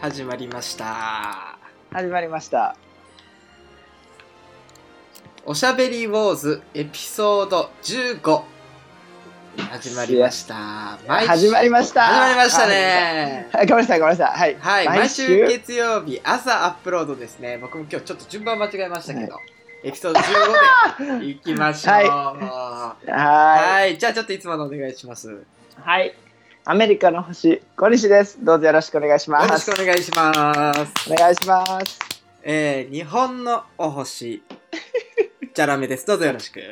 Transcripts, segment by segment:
始まりました始まりました。おしゃべりウォーズエピソード15始まりました毎週始まりました。始まりましたねあ。はいごめんなさい、ごめんなさい。はい。はい毎毎週週月曜日朝アップロードですね僕も今日ちょっと順番間違えましたけど、エピソード15で行きましょうははいーい。じゃあちょっといつものお願いしますよはい。アメリカの星、小西です。どうぞよろしくお願いしまろしす。くお願いしますお願いします。えー、日本のお星じゃらめですどうぞよろしくはい、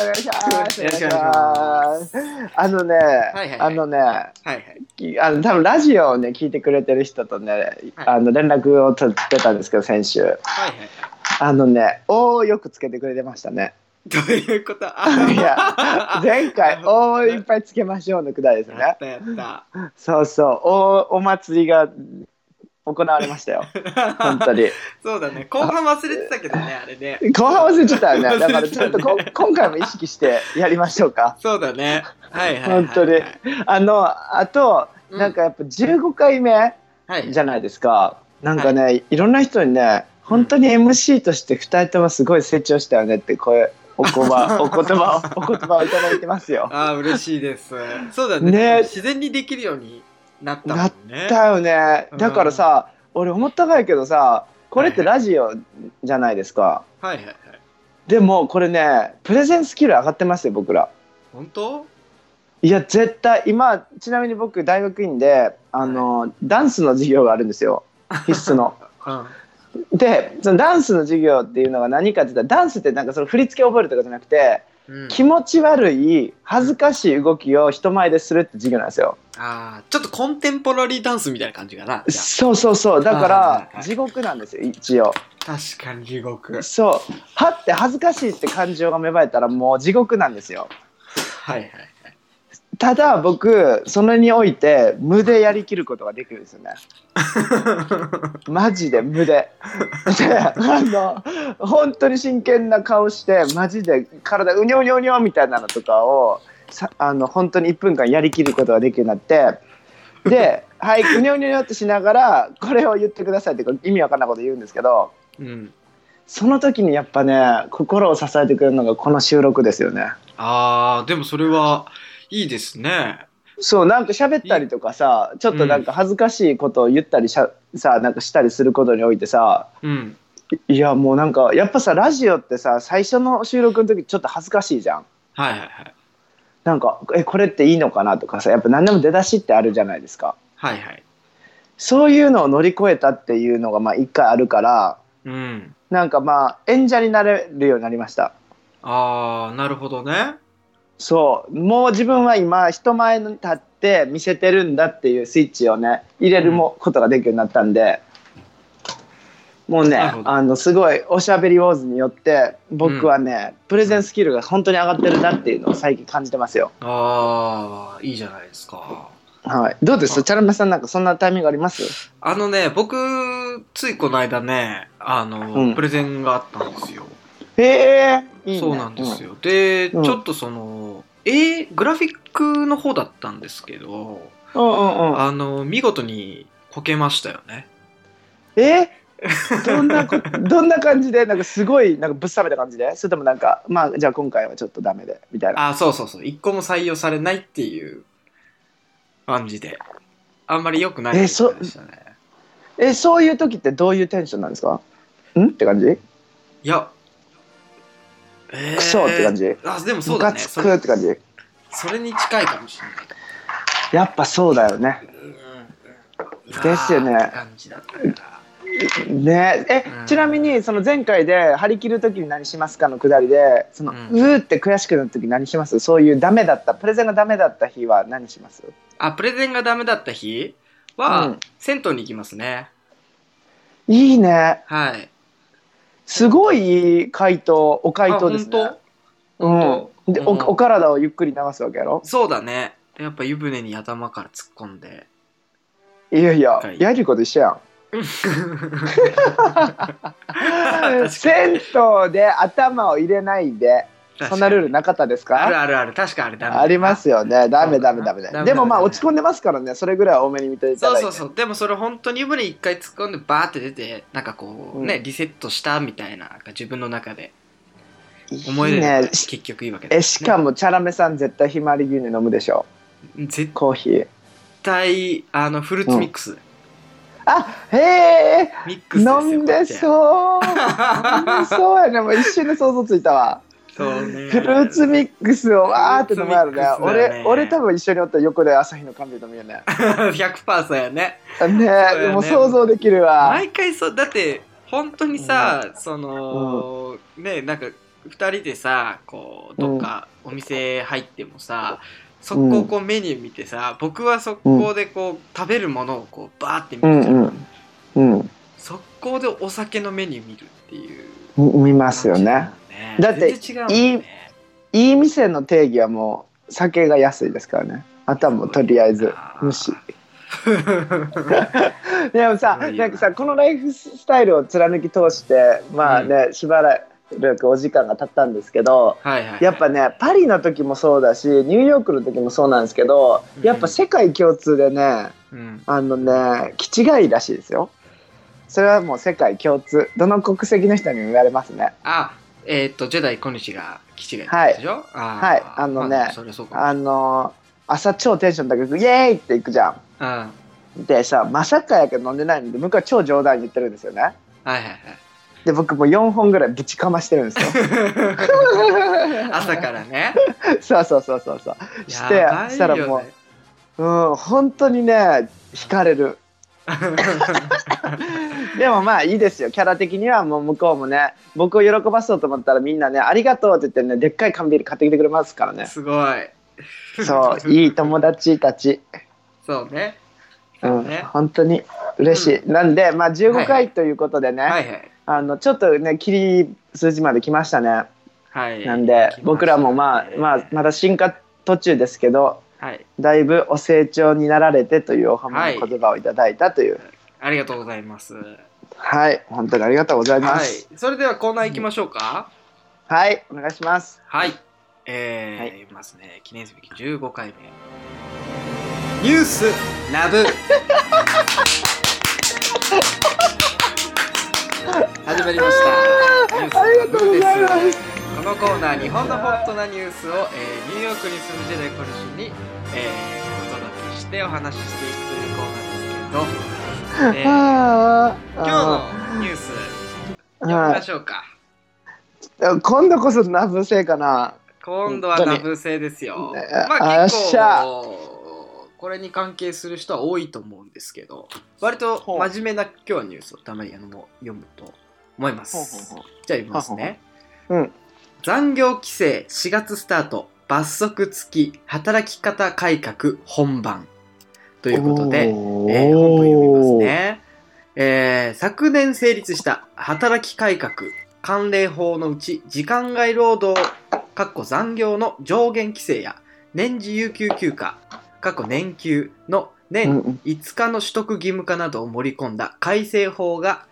お願いします。よろしくお願いしますお願いします。あのね、いはいあのね、はいはいきあの多分ラジオをね聞いてくれてる人とね、あの連絡を取ってたんですけど先週はいはいあのね「お」をよくつけてくれてました ねどういうことあいや前回「お」をいっぱいつけましょうのくだりですやねったやった。そうそうおお祭りが行われ ましたよ本当にそうだね。後半忘れてたけどね、あれね。後半忘れちゃったよねだか忘れらてちたょねっとこ今回も意識してやりましょうかそうだね。はいはいはい、はい。本当にあのあとうんなんかやっぱ15回目はい。じゃないですかなんかね、い、ろんな人にね本当に MC として2人ともすごい成長したよねってこうお言 葉お言葉をお言葉をいただいてますよ。ああ、嬉しいです。そうだねね自然にできるようになったもんね。だよねだからさ、俺思ったかいけどさこれってラジオじゃないですか。はいはいはい。でもこれねプレゼンスキル上がってますよ僕ら本当いや絶対今ちなみに僕大学院であの、ダンスの授業があるんですよ必須のうん。でそのダンスの授業っていうのが何かって言ったらダンスってなんかその振り付けを覚えるとかじゃなくて、うん、気持ち悪い恥ずかしい動きを人前でするって授業なんですよああ、ちょっとコンテンポラリーダンスみたいな感じかな。じゃそうそうそうだはいはいかはいら地獄なんですよ一応あ確かに地獄。そうはって恥ずかしいって感情が芽生えたらもう地獄なんですよはいはい。ただ僕それにおいて無でやりきることができるんですよねマジで無でであの本当に真剣な顔してマジで体うにょうにょうにょみたいなのとかをさあの本当に1分間やりきることができるようになってで「はいうにょうにょうにょ」ってしながらこれを言ってくださいってこう意味わかんないこと言うんですけどうん。その時にやっぱね心を支えてくれるのがこの収録ですよね。ああ、でもそれはいいですね。そうなんか喋ったりとかさちょっとなんか恥ずかしいことを言ったりしゃさなんかしたりすることにおいてさうん。いいやもうなんかやっぱさラジオってさ最初の収録の時ちょっと恥ずかしいじゃんはいはいはい。なんかえこれっていいのかなとかさやっぱ何でも出だしってあるじゃないですかはいはい。そういうのを乗り越えたっていうのがまあ一回あるからうん。なんかまあ演者になれるようになりましたああ、なるほどね。そうもう自分は今人前に立って見せてるんだっていうスイッチをね入れるもことができるようになったんで、もうねなるほどあのすごいおしゃべりウォーズによって僕はね、プレゼンスキルが本当に上がってるなっていうのを最近感じてますよああ、いいじゃないですか。はいどうであすチャラメさんなんかそんなタイミングありますあのね、僕、ついこの間ね、あの、うんプレゼンがあったんですよ。へえいいねそうなんですよ。で、うんちょっとその、えーグラフィックの方だったんですけど、うん、うんうんうんあの、見事にこけましたよね。えどんなこどんな感じでなんかすごいなんかぶっ冷めた感じでそれともなんかまあじゃあ今回はちょっとダメでみたいなあ、そうそうそう。一個も採用されないっていう感じで。あんまり良くないえそ感じでしたね。えそういう時ってどういうテンションなんですかんって感じ、いや、えークソって感じあ、でもそうムだカね。つそくれって感じそれに近いかもしれない。やっぱそうだよねうんですよねうわーって感じだったからねえうんちなみにその前回で張り切る時に何しますかのくだりでその、ううんーって悔しくなる時何しますそういうダメだったプレゼンがダメだった日は何しますあ、プレゼンがダメだった日は、うん銭湯に行きますね。いいね。はい。すごいいい回答、お回答ですあね本。当うん。で、お、うんお体をゆっくり流すわけやろ当そうだね。やっぱ湯船に頭から突っ込んで。いやいやは、いやりこと一緒 やん。銭湯で頭を入れないで、 そんなルールなかったですあるかあるある。確かあれダメだなありますよね。ダメダメダダメメダだ。メでもまあ落ち込んでますからね、それぐらいは多めに見ていたそうだいそうて。そう。でもそれ本当に湯船一回突っ込んでバーって出て、なんかこうね、うんリセットしたみたいな、なんか自分の中で思いい出いねで。結局いいわけだ、え、しかもチャラメさん絶対ひまわり牛乳飲むでしょ。ね。絶コーヒー。対、あの、フルーツミックス。あ、へえ。ミックスですよ。飲んでう。そう。飲んでそうやね。もう一瞬で想像ついたわ。そうね。フルーツミックスをわーって飲まフれるルねーツミックスだね俺俺多分一緒におったら横で朝日の缶ビール飲むよね100%そうやね。ねねもう想像できるわ毎回そう、だって、本当にさ、その、ね、なんか、二人でさ、こう、どっかお店入ってもさ、速攻こうメニュー見てさ、僕は速攻でこう、食べるものをこう、バーって見うるんじゃん。うんうん速攻でお酒のメニュー見るっていう。み見ますよね。だって全然違うもんね、いい店の定義はもう酒が安いですからねあとはもうとりあえず無 視でもさすごいよなんかさこのライフスタイルを貫き通してまあね、しばらくお時間が経ったんですけどはいはいはい。やっぱねパリの時もそうだしニューヨークの時もそうなんですけどやっぱ世界共通でね、うん、あのね、気違いらしいですよ。それはもう世界共通。どの国籍の人にも言われますね。あ、えっ、と、ジェダイ小西が基地がでしょ、あーはいあのねまそれそうかあのー朝超テンション高く、イエーイって行くじゃうん。はいん。でさ、まさかやけど飲んでないので、僕は超冗談に言ってるんですよね。はいで、僕もう4本ぐらいぶちかましてるんですよ。 はい。朝からね。そうそうそうそうそう。してやばいよねしたらもうん、本当にね、惹かれる。でもまあいいですよ。キャラ的にはもう向こうもね、僕を喜ばそうと思ったらみんなね、ありがとうって言ってね、でっかい缶ビール買ってきてくれますからね。 すごい。 そう、いい友達たち。そうね。う、そうんね。本当に嬉しい、なんで、まあ、は15いは回ということでね、はいはい。あのちょっとね切り数字まで来ましたね、はい。なんで僕らもまあ、まあ、まだ進化途中ですけどあ。はい。だいぶお成長になられてというお褒めの言葉をいただいたというありがとうございます。ははい、本当にありがとうございますい。それではコーナー行きましょうか。はい、お願いしますはい。えー、はいいますね。記念すべき15回目。ニュースラ ブ始まりました。ニュースありがラとうブごで。ざいますこのコーナー、日本のホットなニュースを、えー、ニューヨークに住むジェダイコルシに、えー、お届けしてお話ししていくというコーナーですけど、えー、 あーあ今日のニュースー読みはましょうか。い今度こそナブせいかな今度はダブ制ですよ。本当にまああっ結しゃ構これに関係する人は多いと思うんですけど、割と真面目な今日はニュースをたまにあのもう読むと思います。ほうほうほじゃあ読みますね。ほううん残業規制4月スタート罰則付き働き方改革本番とということで。ええー、本文読みますね。えー昨年成立した働き改革関連法のうち時間外労働かっこ残業の上限規制や年次有給休暇かっこ年休の年5日の取得義務化などを盛り込んだ改正法が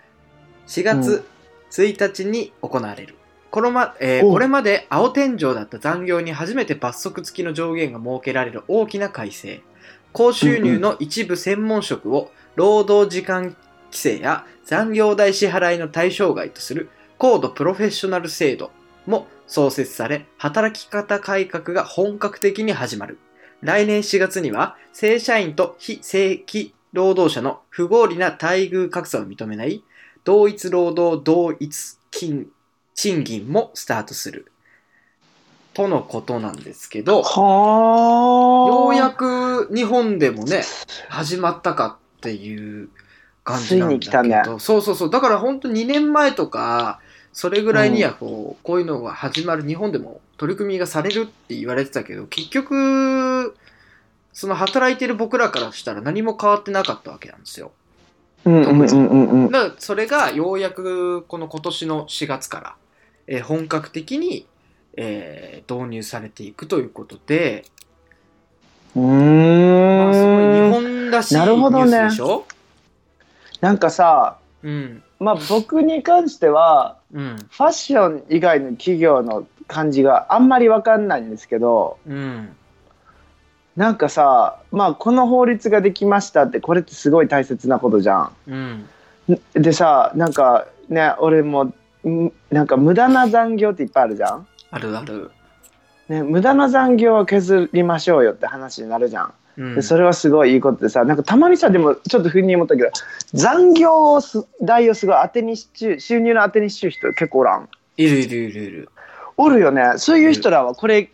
4月1日に行われる。これまえーおうこれまで青天井だった残業に初めて罰則付きの上限が設けられる大きな改正。高収入の一部専門職を労働時間規制や残業代支払いの対象外とする高度プロフェッショナル制度も創設され、働き方改革が本格的に始まる。来年4月には、正社員と非正規労働者の不合理な待遇格差を認めない、同一労働同一金、賃金もスタートする。とのことなんですけど、はあようやく日本でもね、始まったかっていう感じなんだけど。ついに来たそうそうそう。だから本当2年前とか、それぐらいにはこう、こういうのが始まる日本でも取り組みがされるって言われてたけど、結局、その働いてる僕らからしたら何も変わってなかったわけなんですよ。うんうんうんうんうんだからそれがようやくこの今年の4月から、えー本格的に、えー導入されていくということで、うまあ、すごい日ーん本らしいニなるュほどースでねしょ、なんかさうんまあ僕に関してはうんファッション以外の企業の感じがあんまりわかんないんですけどうんなんかさまあこの法律ができましたってこれってすごい大切なことじゃん。うんでさなんかね俺もんなんか無駄な残業っていっぱいあるじゃん。あるある。ね、無駄な残業は削りましょうよって話になるじゃん。うんでそれはすごいいいことでさなんかたまにさでもちょっと不に思ったけど残業をす代をすごい当てにしちゅう収入の当てにしちゅう人結構おらんいるいるいるいる。おるよねそういう人らはこれ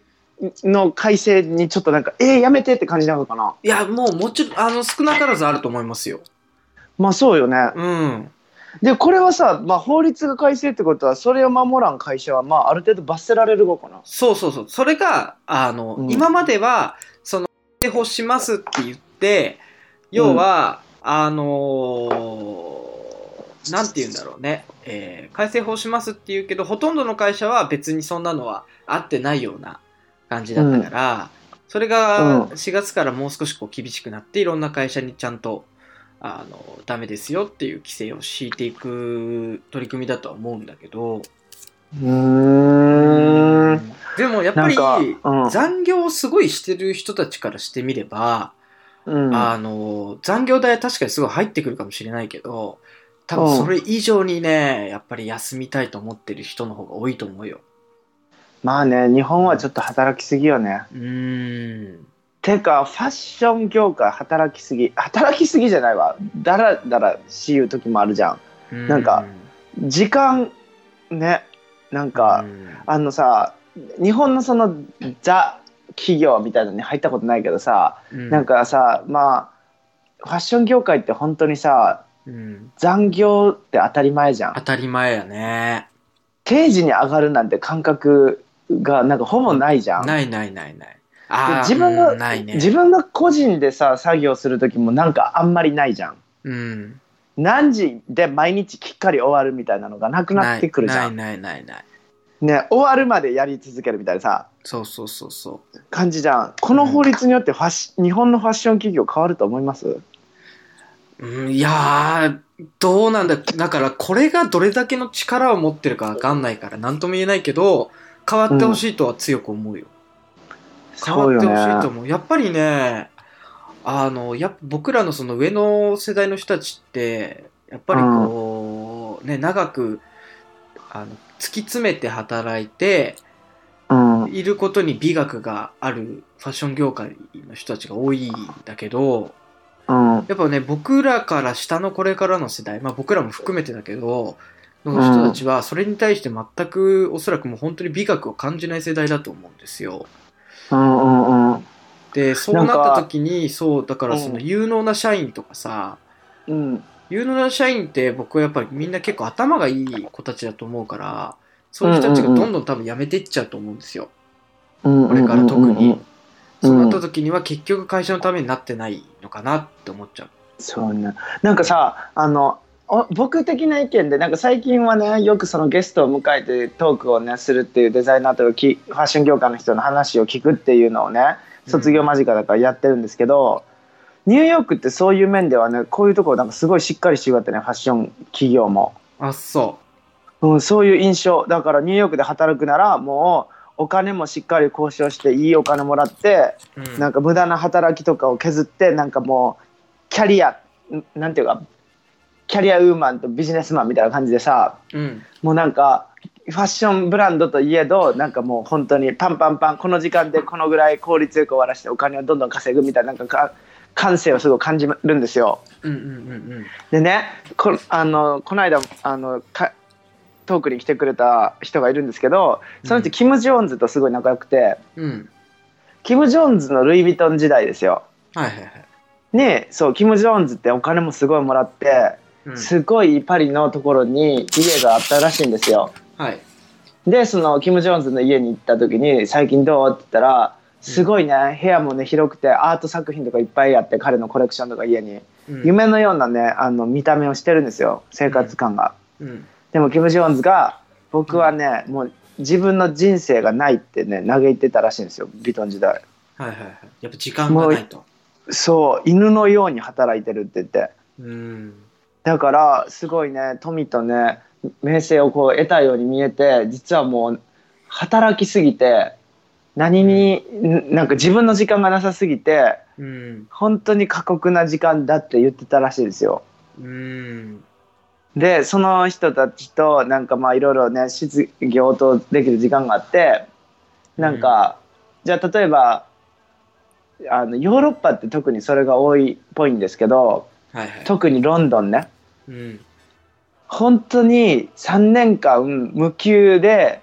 の改正にちょっとなんかえー、やめてって感じなのかないや、もうもちろん、あの、少なからずあると思いますよ。まあそうよねうん。でこれはさ、まあ、法律が改正ってことはそれを守らん会社はまあある程度罰せられるのかなそうそうそう。それが、あの、うん今までは、その、逮捕しますって言って、要は、あのーなんて言うんだろうね、えー改正法しますって言うけど、ほとんどの会社は別にそんなのは合ってないような感じだったから、それうんが4月からもう少しこう厳しくなって、いろんな会社にちゃんと、あの、ダメですよっていう規制を敷いていく取り組みだとは思うんだけど、うーんでもやっぱなんりかうん残業をすごいしてる人たちからしてみれば、うんあの残業代は確かにすごい入ってくるかもしれないけど多分それ以上にねやっぱり休みたいと思ってる人の方が多いと思うよまあね日本はちょっと働きすぎよねうーんてかファッション業界働きすぎ働きすぎじゃないわだらだらしいう時もあるじゃんなんか時間ねなんか、あのさ日本のそのザ企業みたいなのに入ったことないけどさ、なんかさまあファッション業界って本当にさうん残業って当たり前じゃ当んたり前やね定時に上がるなんて感覚がなんかほぼないじゃんないないないないであー自分が、うんないね自分が個人でさ作業する時もなんかあんまりないじゃんうん何時で毎日きっかり終わるみたいなのがなくなってくるじゃん。ないないないないないね、終わるまでやり続けるみたいなさそうそうそうそう感じじゃんこの法律によってファッシ日本のファッション企業変わると思いますうんいやー、どうなんだ。だから、これがどれだけの力を持ってるかわかんないから、なんとも言えないけど、変わってほしいとは強く思うよ。変わってほしいとね思う。やっぱりね、あの、やっぱ僕らのその上の世代の人たちって、やっぱりこう、ね、長く、あの、突き詰めて働いて、うんいることに美学があるファッション業界の人たちが多いんだけど、うんやっぱね、僕らから下のこれからの世代、まあ僕らも含めてだけど、の人たちは、それに対して全く、おそらくもう本当に美学を感じない世代だと思うんですよ。うんうんうんで、そうなっなんたか時に、そう、だからうんその有能な社員とかさ、うん有能な社員って僕はやっぱりみんな結構頭がいい子たちだと思うから、そういう人たちがどんどん多分辞めていっちゃうと思うんですよ。うんこれから特うんうんうにん。そうなった時には結局会社のためになってないのかなって思っちゃう。そうねなんかさあのお僕的な意見でなんか最近はねよくそのゲストを迎えてトークをねするっていうデザイナーとかきファッション業界の人の話を聞くっていうのをね卒業間近だからやってるんですけど、ニューヨークってそういう面ではねこういうところなんかすごいしっかりしてよかったねファッション企業も、あ、そうん、そういう印象だからニューヨークで働くならもうお金もしっかり交渉していいお金もらってう。うんなんか無駄な働きとかを削ってなんかもうキャリアんなんていうかキャリアウーマンとビジネスマンみたいな感じでさうん。もうなんかファッションブランドといえどなんかもう本当にパンパンパンこの時間でこのぐらい効率よく終わらしてお金をどんどん稼ぐみたいななんかか感性をすごい感じるんですよ。うんうんうんうん。でねこあのこの間あのかトークに来てくれた人がいるんですけどその人キム・ジョーンズとすごい仲良くて、うん。キム・ジョーンズのルイ・ヴィトン時代ですよ。はいはいはい。ねそうキム・ジョーンズってお金もすごいもらって、うんすごいパリのところに家があったらしいんですよはい。でそのキム・ジョーンズの家に行った時に「最近どう?」って言ったら「すごいね部屋もね広くてアート作品とかいっぱいあって彼のコレクションとか家にうん夢のようなねあの見た目をしてるんですよ生活感が、うんでもキム・ジョーンズが僕はねもう自分の人生がないってね嘆いてたらしいんですよビトン時代はいはいはいやっぱ時間がないとそう犬のように働いてるって言ってうんだからすごいね富とね名声をこう得たように見えて実はもう働きすぎて何にんなんか自分の時間がなさすぎてうん本当に過酷な時間だって言ってたらしいですよ。うんでその人たちとなんかまあいろいろね質疑応答できる時間があってなんか、じゃあ例えばあのヨーロッパって特にそれが多いっぽいんですけどはいはい特にロンドンねうん本当に3年間無給で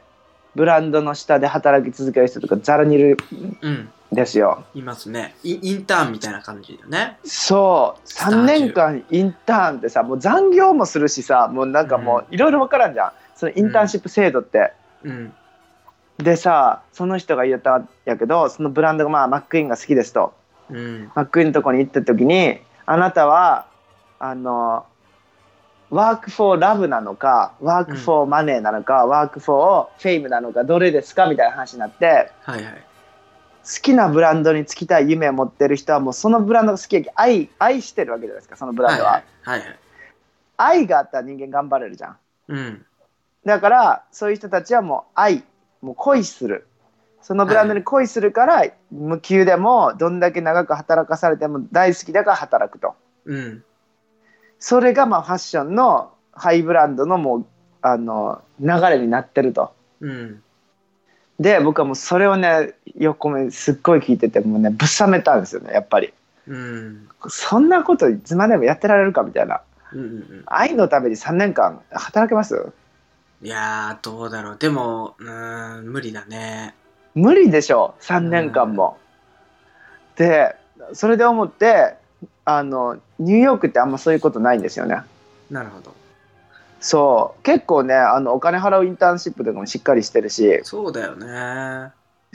ブランドの下で働き続ける人とかざらにいるうんんですよいますねイインターンみたいな感じだよねそうター中3年間インターンってさもう残業もするしさもうなんかもういろいろ分からんじゃんそのインターンシップ制度って。うんでさその人が言ったんやけどそのブランドが、まあ、マックイーンが好きですとうんマックイーンのとこに行った時にあなたはあのワークフォーラブなのかワークフォーマネーなのか、ワークフォーフェイムなのかどれですかみたいな話になってはいはい好きなブランドに就きたい夢を持ってる人はもうそのブランドが好きやけ愛愛してるわけじゃないですかそのブラはンいドは、はいはいはい愛があったら人間頑張れるじゃんうんだからそういう人たちはもう愛もう恋するそのブランドに恋するから、無給でもどんだけ長く働かされても大好きだから働くとうんそれがまあファッションのハイブランドのもうあの流れになってるとうんで僕はもうそれをね横目すっごい聞いててもうねぶっさめたんですよねやっぱりうんそんなこといつまでもやってられるかみたいなうんうんうん愛のために3年間働けますいやーどうだろうでもうーん無理だね無理でしょ3年間も。でそれで思ってあのニューヨークってあんまそういうことないんですよね。なるほどそう結構ねあのお金払うインターンシップとかもしっかりしてるしそうだよね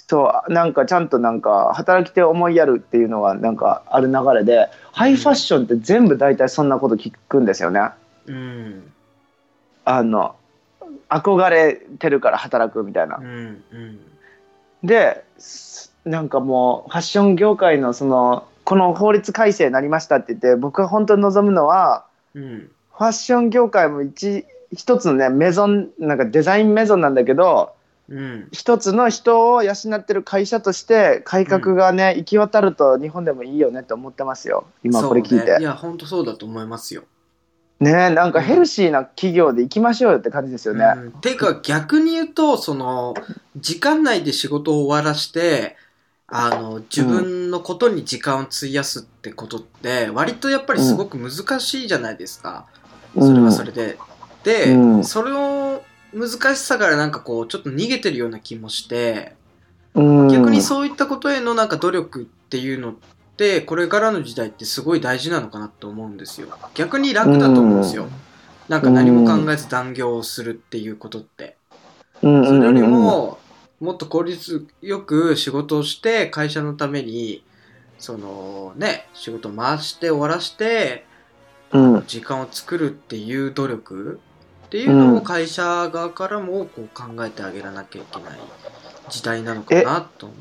そうなんかちゃんとなんか働き手を思いやるっていうのはなんかある流れで、ハイファッションって全部大体そんなこと聞くんですよね。うんあの憧れてるから働くみたいなうん。うんですなんかもうファッション業界のそのこの法律改正になりましたって言って僕が本当に望むのはうんファッション業界も一一つのねメゾンなんかデザインメゾンなんだけどうん一つの人を養ってる会社として改革がね、行き渡ると日本でもいいよねと思ってますよ今これ聞そいうてね、いや本当そうだと思いますよ、ねなんかヘルシーな企業で行きましょうよって感じですよね、うん、てか逆に言うとその時間内で仕事を終わらしてあの自分のことに時間を費やすってことって割とやっぱりすごく難しいじゃないですか、うんそれはそれで。で、うんそれを難しさからなんかこうちょっと逃げてるような気もしてうん逆にそういったことへのなんか努力っていうのってこれからの時代ってすごい大事なのかなと思うんですよ逆に楽だと思うんですよ、うんなんか何も考えず残業をするっていうことってうんそれよりうんうんうんももっと効率よく仕事をして会社のためにそのね仕事を回して終わらしてうん時間を作るっていう努力っていうのを会社側からもこう考えてあげらなきゃいけない時代なのかなと思う。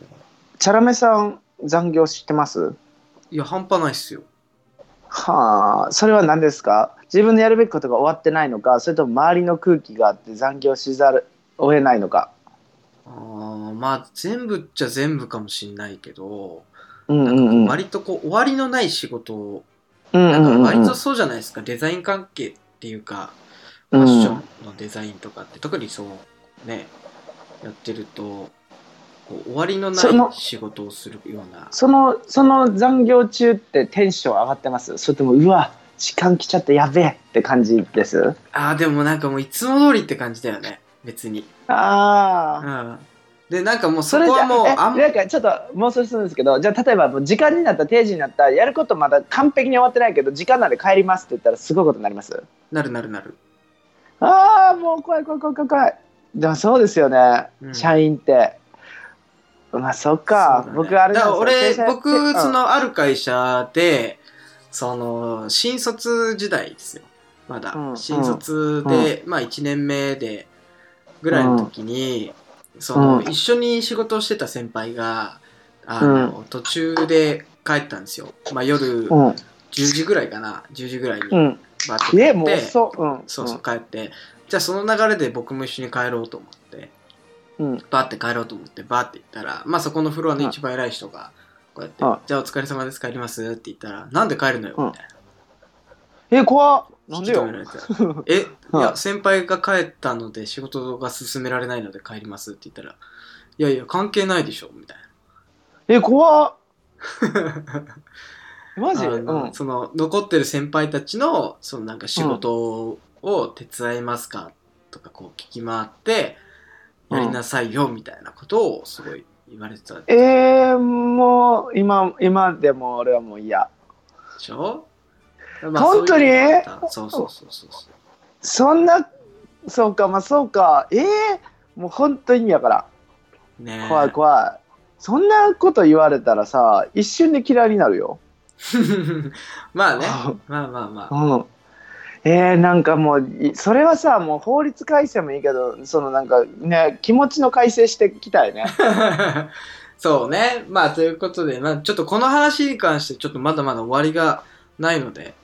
チャラメさん残業してますいや半端ないっすよ。はあそれは何ですか自分のやるべきことが終わってないのかそれとも周りの空気があって残業しざるを得ないのか、あーまあ全部っちゃ全部かもしんないけど、うんなうんかこんううん、割とこう終わりのない仕事を、うんうなんんうかん割とそうじゃないですか、デザイン関係っていうか、ファッションのデザインとかって、特にそうね、やってると、こう終わりのなそのい仕事をするような。そのその残業中ってテンション上がってますそれともうわ時間来ちゃってやべえって感じですああ、でもなんかもういつも通りって感じだよね、別に。ああ、うんでなんかもうそそれこじはゃもうえあんなんかちょっともう少しするんですけどじゃあ例えばもう時間になった定時になったやることまだ完璧に終わってないけど時間なんで帰りますって言ったらすごいことになりますなるなるなるああもう怖い怖い怖い怖い怖いでもそうですよね、うん社員ってまあそっか、そうだね僕あれだかなんら俺ですよ僕そ、正社員のある会社でその新卒時代ですよまだ、うん新卒で、まあ1年目でぐらいの時に、そのうん一緒に仕事をしてた先輩があの、途中で帰ったんですよ、まあ、夜う10んうん時ぐらいかな10時ぐらいにうバんーッと帰っうん、て、えもう遅うんそうそう帰ってじゃあその流れで僕も一緒に帰ろうと思ってうんうんバーって帰ろうと思ってバーって行ったら、まあ、そこのフロアの一番偉い人がこうやってうん「じゃあお疲れ様です帰ります」って言ったら「なんで帰るのよ」うんみたいなえ怖っなんで引き止めらよれてえいうんや先輩が帰ったので仕事が進められないので帰ります」って言ったら「いやいや関係ないでしょ」みたいえ怖っなマジあうのんその残ってる先輩たちのそのなんか仕事を手伝いますかとかこう聞き回ってうんやりなさいよみたいなことをすごい言われてたでえー、もう今今でも俺はもう嫌しょ、本当にそうそうそうそうそうそんなそうかまあそうかえー、もう本当に嫌からねえ怖い怖いそんなこと言われたらさ一瞬で嫌いになるよ まあ ねまあまあまあうんえー、なんかもういそれはさもう法律改正もいいけどそのなんかね気持ちの改正してきたいね そうね。まあ、ということで、まあ、ちょっとこの話に関して、ちょっとまだまだ終わりがないので、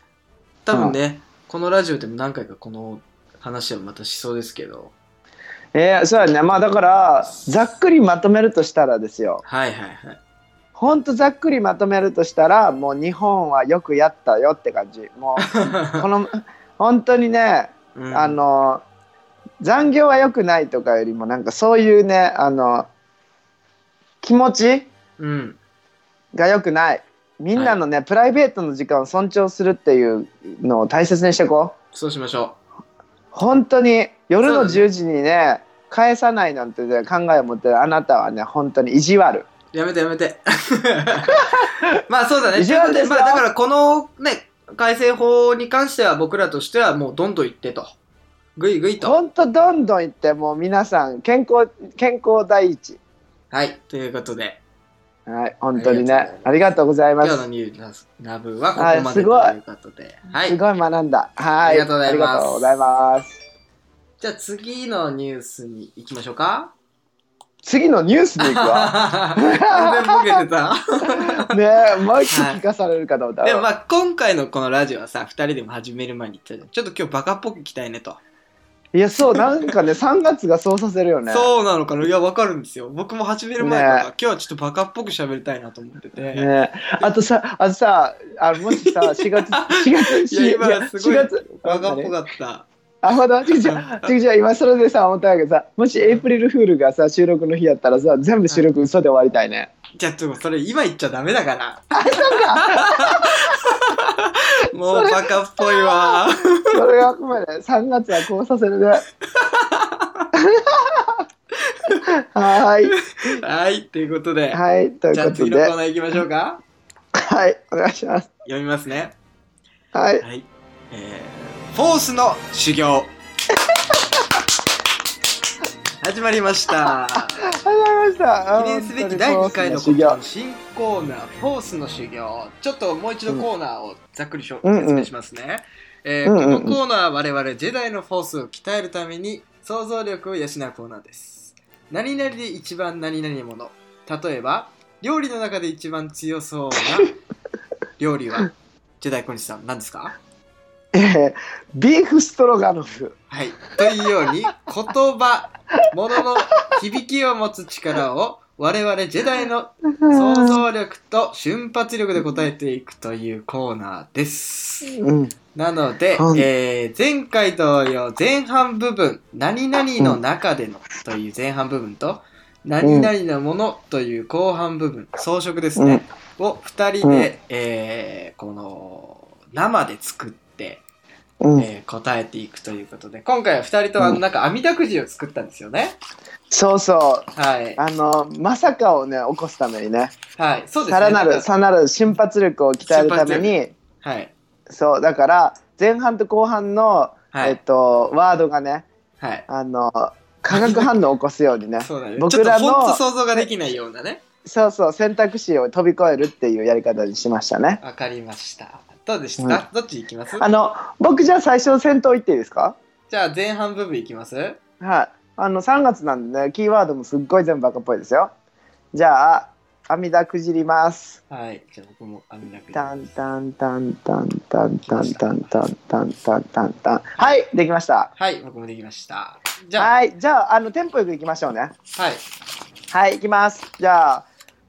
多分ね、このラジオでも何回かこの話はまたしそうですけど、えー、そうやねまあだからざっくりまとめるとしたらですよはいはいはい。ほんとざっくりまとめるとしたらもう日本はよくやったよって感じも うこの本当にね、うんあ、の残業は良くないとかよりもなんかそういうねあの気持ちうん。が良くないみんなのね、プライベートの時間を尊重するっていうのを大切にしていこうそうしましょ本当に夜のそうだね10時にね返さないなんて、ね、考えを持ってるあなたはね本当に意地悪う。やめてやめて。 まあ、そうだね。以上ですよまあ、だから、このね、改正法に関しては、僕らとしては、もうどんどん言ってと。ぐいぐいと。本当どんどん言ってもう皆さん健康健康第一はい、ということで、はい本当にねあありがとうございま今す日のすニュースナブはこはこいますでとごいいうことで、はい、ごい学んだあはいりがとうございますありがとうございますじゃあ次のニュースに行きましょうか。次のニュースに 行くわ完全ボケてた。 ねえもう一回聞かされるかと思ったでもまあ今回のこのラジオはさ、二人でも始める前に言ったじゃん。ちょっと今日バカっぽく来たいねと。いやそうなんかね3月がそうさせるよねそうなのかな。いや、わかるんですよ。僕も始める前から、ね今日はちょっとバカっぽく喋りたいなと思ってて。ね、あとさ、あとさ、あも しさ、4月、4月、いや今いやすごい4月、バカっぽかった。あ、ほんと、ちぐちゃん、ちぐちゃん、今それでさ、思ったんやけどさ、もしエイプリルフールがさ、収録の日やったらさ、全部収録嘘で終わりたいね。じゃあ、ちょっとそれ今言っちゃダメだから。もうバカっぽいわ。それがあくまで3月はこうさ せるね。はーはい、ということで。い、はい、とじいゃうあこと次のコでー、ナー行きましょうか。はい、お願いします。読みますね。はい、はい。えー、フォースの修行。始まりました。ありがとうございました。記念すべき第2回の本当にこう新コーナー、フォースの修行。ちょっともう一度コーナーをざっくりしょ、うんうん説明しますね。えーうんうんうんこのコーナーは我々ジェダイのフォースを鍛えるために想像力を養うコーナーです。何々で一番何々もの。例えば、料理の中で一番強そうな料理は、ジェダイ小西さん、何ですかえービーフストロガノフ。はい、というように言葉ものの響きを持つ力を我々ジェダイの 想像力と瞬発力で答えていくというコーナーです。うん、なので、はいえー前回同様前半部分「何々の中での」という前半部分と「何々のもの」という後半部分装飾ですね、を2人で、えーこの生で作ってうん。えー答えていくということで今回は2人とあのうんなんか網だくじを作ったんですよね、そうそう。はいあのまさかをね起こすためにねはいそうですねさらなるさらなる瞬発力を鍛えるため瞬にはいそうだから前半と後半の、はえっいと、ワードがねはいあの化学反応を起こすようにね そうだね僕らのちょっとほんと想像ができないようなねそうそう選択肢を飛び越えるっていうやり方にしましたねわかりましたどうでした、うんどっち行きますあの僕じゃあ最初の先頭行っていいですかじゃあ前半部分行きますはいあの3月なんでねキーワードもすっごい全部赤っぽいですよじゃあ網田くじりますはいじゃあ僕も網だけタンタンタンタンタンタンタンタンタンタンタンタンはいできましたはい僕もできましたじゃあはい、はいじゃああのテンポよくいきましょうねはい行きますじゃあ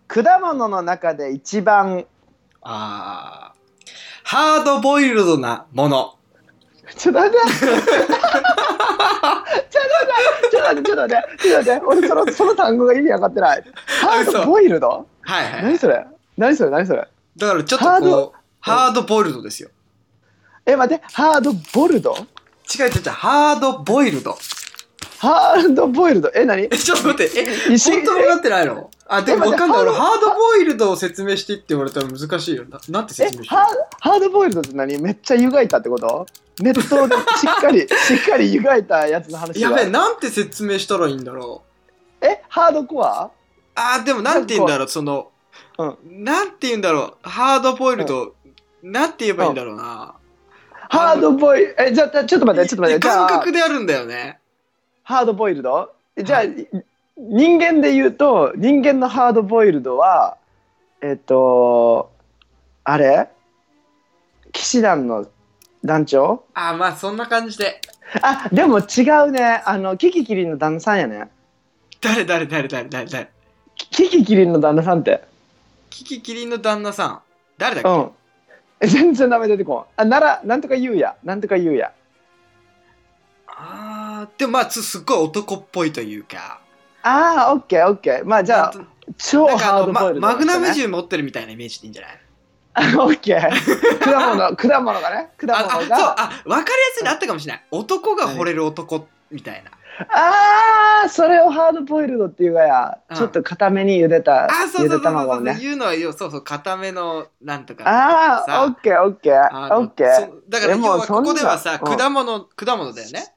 果物の中で一番あーハードボイルドなものちょっと待って。ちょっと待って。ちょっと待って。ちょっと待って。ちょっと待って。俺その、その単語が意味分かってない。ハー嘘ドボイルドはいはい、は何い、それ何それ何それだからちょっとハーこドうハードボイルドですよえ、待って。ハードボルド違う違う違うハードボイルド ハードボイルド。え、何えちょっと待ってえ石本当になってないのあでもわえ待ってかんない俺ハハードボイルドを説明してって言われたら難しいよななんてえ説明してるハハードボイルドって何めっちゃ湯がいたってこと熱湯でしっか り、しっかり湯がいたやつの話やだべえなんて説明したらいいんだろうえ、ハードコアあーでもなんて言うんだろうその、うんなんて言うんだろうハードボイルド、なんて言えばいいんだろうな、ハードボイルえ、じゃあ、ちょっと待って、ちょっと待って。じゃ感あ覚であるんだよねハードボイルドじゃあ、は人間で言うと人間のハードボイルドはえっとあれ騎士団の団長あーまあそんな感じであでも違うねあのキキキリンの旦那さんやね誰誰誰誰誰誰キキキリンの旦那さんってキキキリンの旦那さん誰だっけ、うんえ全然名前出てこんあならなんとか言うやなんとか言うやあーでもまあすすっごい男っぽいというかああオッケーオッケーまあじゃあなんと超なんかハあードの、ボイまルド、マグナム銃持ってるみたいなイメージでいいんじゃないあ オッケー 果物果物がね果ああ物そうがあ分かりやすいのあったかもしれない男が惚れる男みたいなああそれをハードボイルドっていうがや、うんちょっと固めに茹で たあそうそ茹うそうそうでそうそ卵をう、ね言うのはよそうそう固めのなんとかああオッケーオッケあーのオッケーそうだからえ要もうはここではさそんなうん果物果物だよね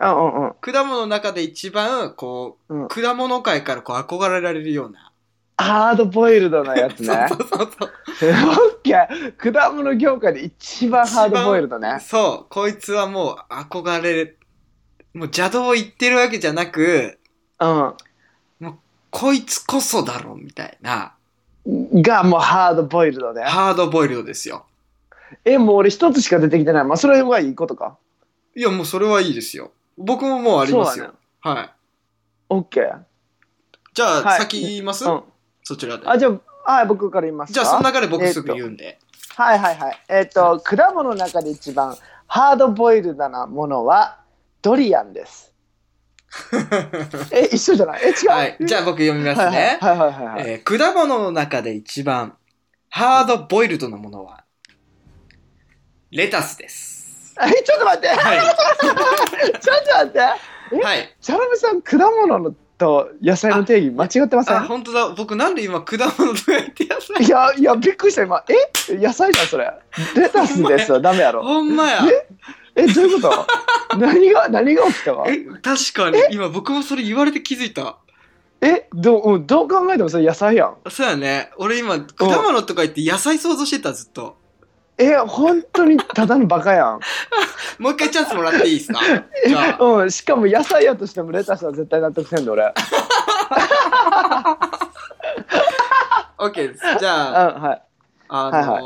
うんうんうん果物の中で一番こう、うん果物界からこう憧れられるような、ハードボイルドなやつねそうそうそう そうオッケー果物業界で一番ハードボイルドねそうこいつはもう憧れもう邪道を言ってるわけじゃなくうこいつこそだろみたいなんがもうハードボイルドねハードボイルドですよえもう俺一つしか出てきてないまあそれはいいことかいやもうそれはいいですよ僕ももうありますそうよ、だねはいオッケーじゃあ、はい先言います、うんそちらであじゃあはい僕から言いますじかゃあその中で僕すぐ言うんで、はいはいはい。えっ、と、果物の中で一番ハードボイルドなものはドリアンです。え、一緒じゃないえ、違う。はいじゃあ僕読みますね、はいはいはいはいはい。えー果物の中で一番ハードボイルドなものは、レタスです。えちょっと待って、はちょっと待って。い。えはい。チャラムさん、果物のと野菜の定義間違ってませあ、ん本当だ。僕なんで今果物とか言ってやついや、いや、びっくりした、今。え野菜じゃん、それ。レタスです よ、ダメやろ。ほんまや。え、どういうこと何が、何が起きたわえ、確かに。今僕もそれ言われて気づいた。え、どう、うんどう考えてもそれ野菜やん。そうやね。俺今、果物とか言って野菜想像してた、ずっと。え、本当にただのバカやん。もう一回チャンスもらっていい ですか じゃあ。うん、しかも野菜やとしてもレタスは絶対納得せんで俺。うん、オッケーです。じゃあ、はい。あのはい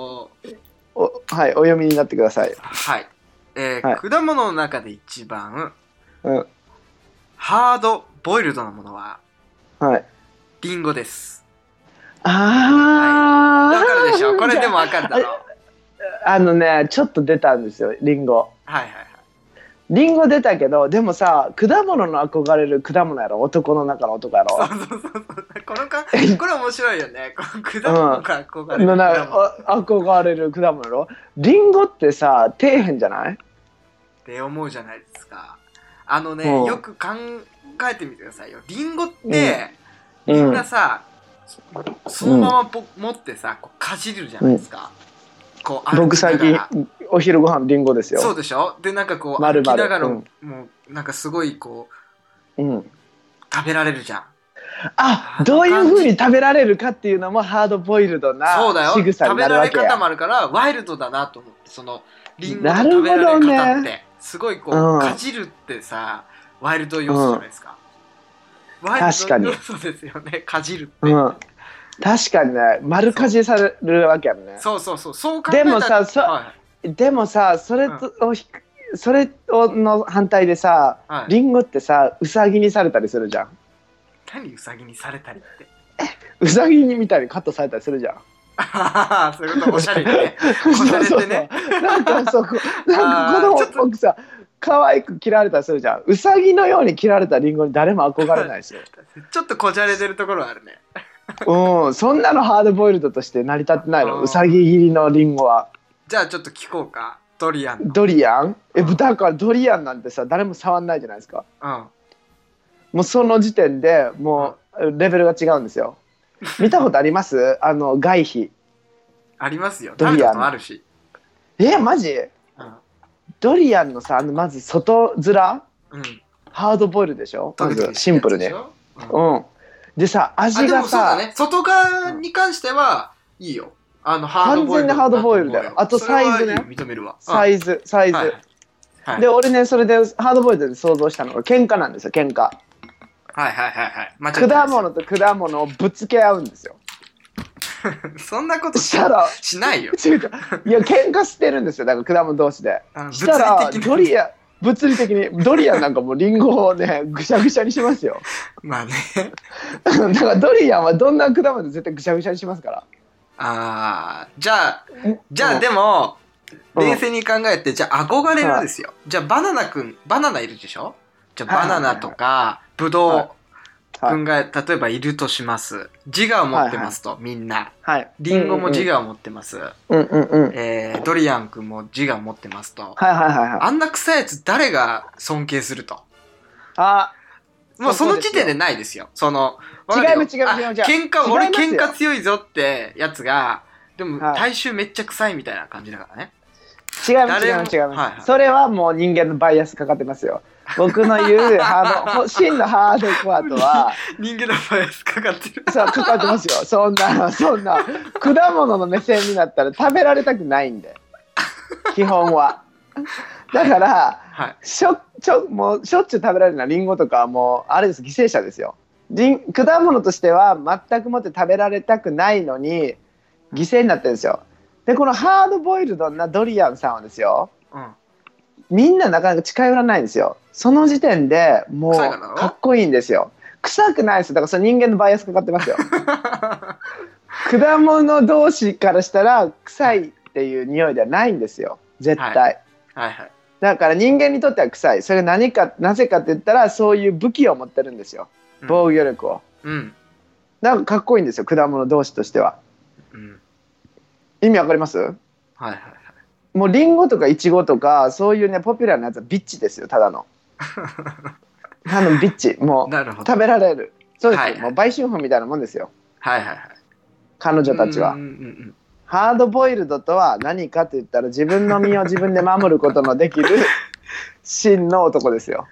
お、はい、お読みになってください。はい。えーはい果物の中で一番、うんハードボイルドなものは、はい。リンゴです。あー。わかるでしょこれでもわかるだろう。あのね、ちょっと出たんですよ、リンゴ。はいはいはい。リンゴ出たけど、でもさ、果物の憧れる果物やろ、男の中の男やろ。そうそうそうそう。このか、 これ面白いよね。この果物が憧れるのな果物っあ憧れる果物やろ。リンゴってさ、底辺じゃないて思うじゃないですか。あのね、うんよく考えてみてくださいよ。リンゴって、うみんんな。さ、そのままぼ持ってさ、こうかじるじゃないですか。こう歩きながら僕最近、お昼ご飯リンゴですよ。そうでしょでなんかこう丸歩々きながら、うんもうなんかすごいこううん、食べられるじゃん。あどういうふうに食べられるかっていうのもハードボイルドなそうだよ。仕草食にべなるらわれけや方もあるから、ワイルドだなと思って、その、リンゴのな食るほべらどれね方って、すごいこう、うんかじるってさ、ワイルド要素じゃないですか。ワイ確かルドに要素ですよね、かじるって。うん、確かにね丸かじりされるわけやもんねそうそうそう、そう考えたらでもさそはでもさそれとをひく、それをの反対でさいはい、リンゴってさうさぎにされたりするじゃん何ウサギにされたりって。 うさぎにみたいにカットされたりするじゃんあーそういうこと、おしゃれにね。こじゃれてねそうそうなんか そこなんかあー子ちょっ供っとぽくさ可愛く切られたりするじゃんうさぎのように切られたリンゴに誰も憧れないですよちょっとこじゃれてるところはあるね。うんそんなのハードボイルドとして成り立ってないあのーうさぎ切りのリンゴはじゃあちょっと聞こうか、ドリアンの。ドリアンえうんだからドリアンなんてさ誰も触んないじゃないですかうん。もうその時点でもうレベルが違うんで すよ見たことありますあの外皮ありますよ。ド食リアンべたことあるし。えマジうん。ドリアンのさあのまず外面うん。ハードボイルドでしょまずシンプルにうんうんでさあ味でがもそうさ、だね外側に関してはいいよあのハードボイルド完全にハードボイルドだよあとサイズねそれはいい認めるわサイイズサイズ、はいで俺ねそれでハードボイルドで想像したのが喧嘩なんですよ喧嘩はいはいはいはい間違ってない果物と果物をぶつけ合うんですよですよ そんなことしし たらしないよ違うかいや喧嘩してるんですよだから果物同士であのしたら物理的なドリア物理的にドリアンなんかもうリンゴをねぐしゃぐしゃにしますよ まあねだからドリアンはどんな果物で絶対ぐしゃぐしゃにしますからあーじゃあじゃうあんでもうん冷静に考えてじゃあ憧れるんですよじゃあバナナくんバナナいるでしょじゃあバナナとかブドウはいくんが例えばいるとします自我を持ってますとみんなはいリンゴも自我を持ってます、うんうんうんうんえードリアン君も自我持ってますと。はいはいはいはいあんな臭いやつ誰が尊敬すると。あもうその時点そうですでよないですよ。その、違いわかるよます違います違いますあ喧嘩、俺違いますよ喧嘩強いぞってやつが、でもはい大衆めっちゃ臭いみたいな感じだからね。 違います違誰いもます違います、はいはいそれはもう人間のバイアスかかってますよ僕の言うハードほ真のハードコアとは人間のバイアスかかってる。そうかかってますよそんなそんな果物の目線になったら食べられたくないんで基本はだからはい。しょちょもうしょっちゅう食べられるのはリンゴとかはもうあれです犠牲者ですよリン果物としては全くもって食べられたくないのに犠牲になってるんですよでこのハードボイルドなドリアンさんはですようん。 みんななかなか近寄らないんですよその時点でもう臭いからだろかっこいいんですよ臭くないですよだからその人間のバイアスかかってますよ果物同士からしたら臭いっていう匂いではないんですよ絶対、ははいはい。だから人間にとっては臭いそれが何かなぜかって言ったらそういう武器を持ってるんですようん防御力を、うん。なんかかっこいいんですよ果物同士としてはうん。意味わかりますはいはいもうリンゴとかイチゴとかそういうねポピュラーなやつはビッチですよた だのただのビッチはもい。うなるほど。食べられるそうですよ、はいはいもう売春婦みたいなもんですよはいはいはい。彼女たちはうんうんうんハードボイルドとは何かと言ったら自分の身を自分で守ることのできる真の男ですよ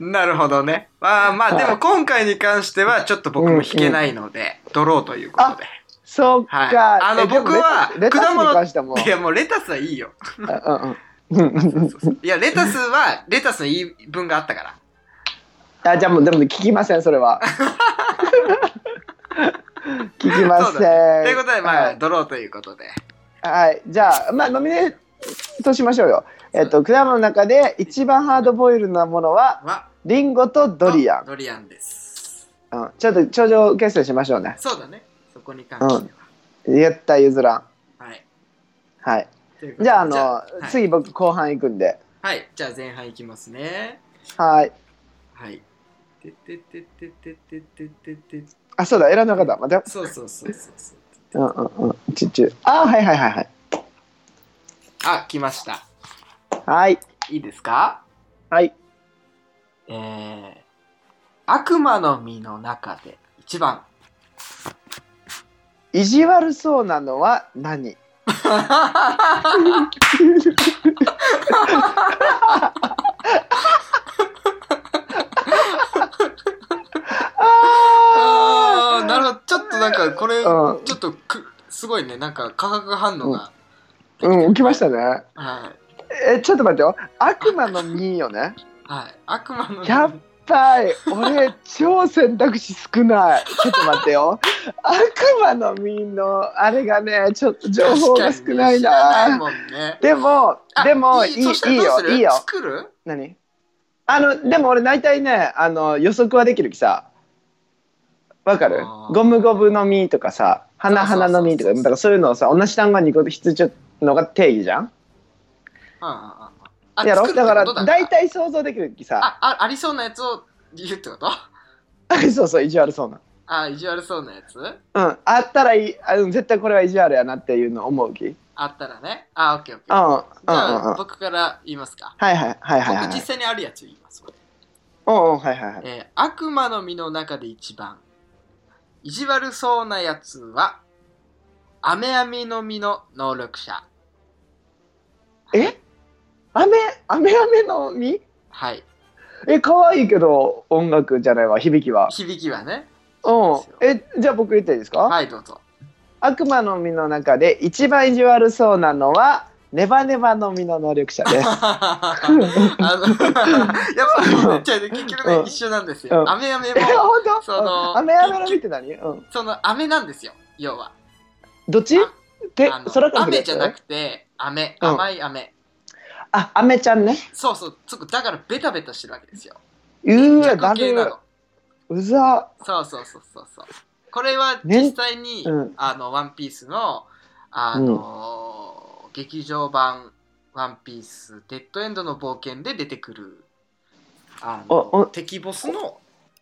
うん。なるほどね。まあまあ、でも今回に関してはちょっと僕も引けないので、ドローということで。そうか、はいあのえでも僕はレタスレタス果物に関してはもういやもうレタスはいいよ。あうんうんうんうんうんいやレタスはレタスの言い分があったから。あじゃあもうでも聞きませんそれは聞きませんそうだねということでまあ、はい、ドローということで。はいじゃあまあノミネートしましょうよえっと果物の中で一番ハードボイルドなものははリンゴとドリアン、ドリアンです。うん、ちょっと頂上決戦しましょうねそうだね。そこに関しては。絶対譲らんはい。はいということじでゃああのはい次僕後半行くんではい。じゃあ前半いきますね。はいはい。ててててててててて。あそうだ選んだ方待ってそうそうそうそうそう。うんうんうんちっちゅうあはいはいはいはいあ来ました。はいいいですか？はいえー、悪魔の実の中で一番。意地悪そうなのは何なんか化学反応が、うん、起きましたね。はいえ、ちょっと待ってよ。悪魔の実よね。はい悪魔のやっはい、俺、超選択肢少ない。ちょっと待ってよ。悪魔の実のあれがね、ちょっと情報が少確かないに知らないな。もんねでも、あでも、いいいいそしたらどうよ、するいいよ。作る何あのでも俺大体ねあの予測はできるきさわかるあーゴムゴムの実とかさ花そうそうそう花の実とかだからそういうのをさ同じ単語にこうひっついちゃうのが定義じゃんうんうんうんうんあや作ろるってだこからと大体想像できるきさああありそうなやつを言うってこと そうそう意地悪そうなあ意地悪そうなやつうんあったらいいあうん絶対これは意地悪やなっていうの思うきうんあったらねあオッケーオッケうーんうんうんじゃはあい僕から言いますかはいはいはいは僕い実際にあるやつ言いますうんうんはいはいはいえー悪魔の実の中で一番意地悪そうなやつはアメアミの実の能力者えアメアメアメの実はいえ可愛いけど音楽じゃないわ響きは響きはねうん、えじゃあ僕言っていいですか、はいどうぞ悪魔の実の中で一番意地悪そうなのはネバネバの実の能力者 です。 あのやっぱじゃあね結局ねうん一緒なんですうよんアメアメえも本当その雨雨の実って何、うん、そのアメなんですよ要はどっちあであの空から降る雨やつじゃなくて飴うん甘い飴、あ雨ちゃんねそうそうつくだからベタベタしてるわけですようわだ弱系なるのうざそうそうそうそうそうこれは実際に、ねうんあのワンピースのあのー劇場版ワンピースデッドエンドの冒険で出てくるあのおお敵ボスの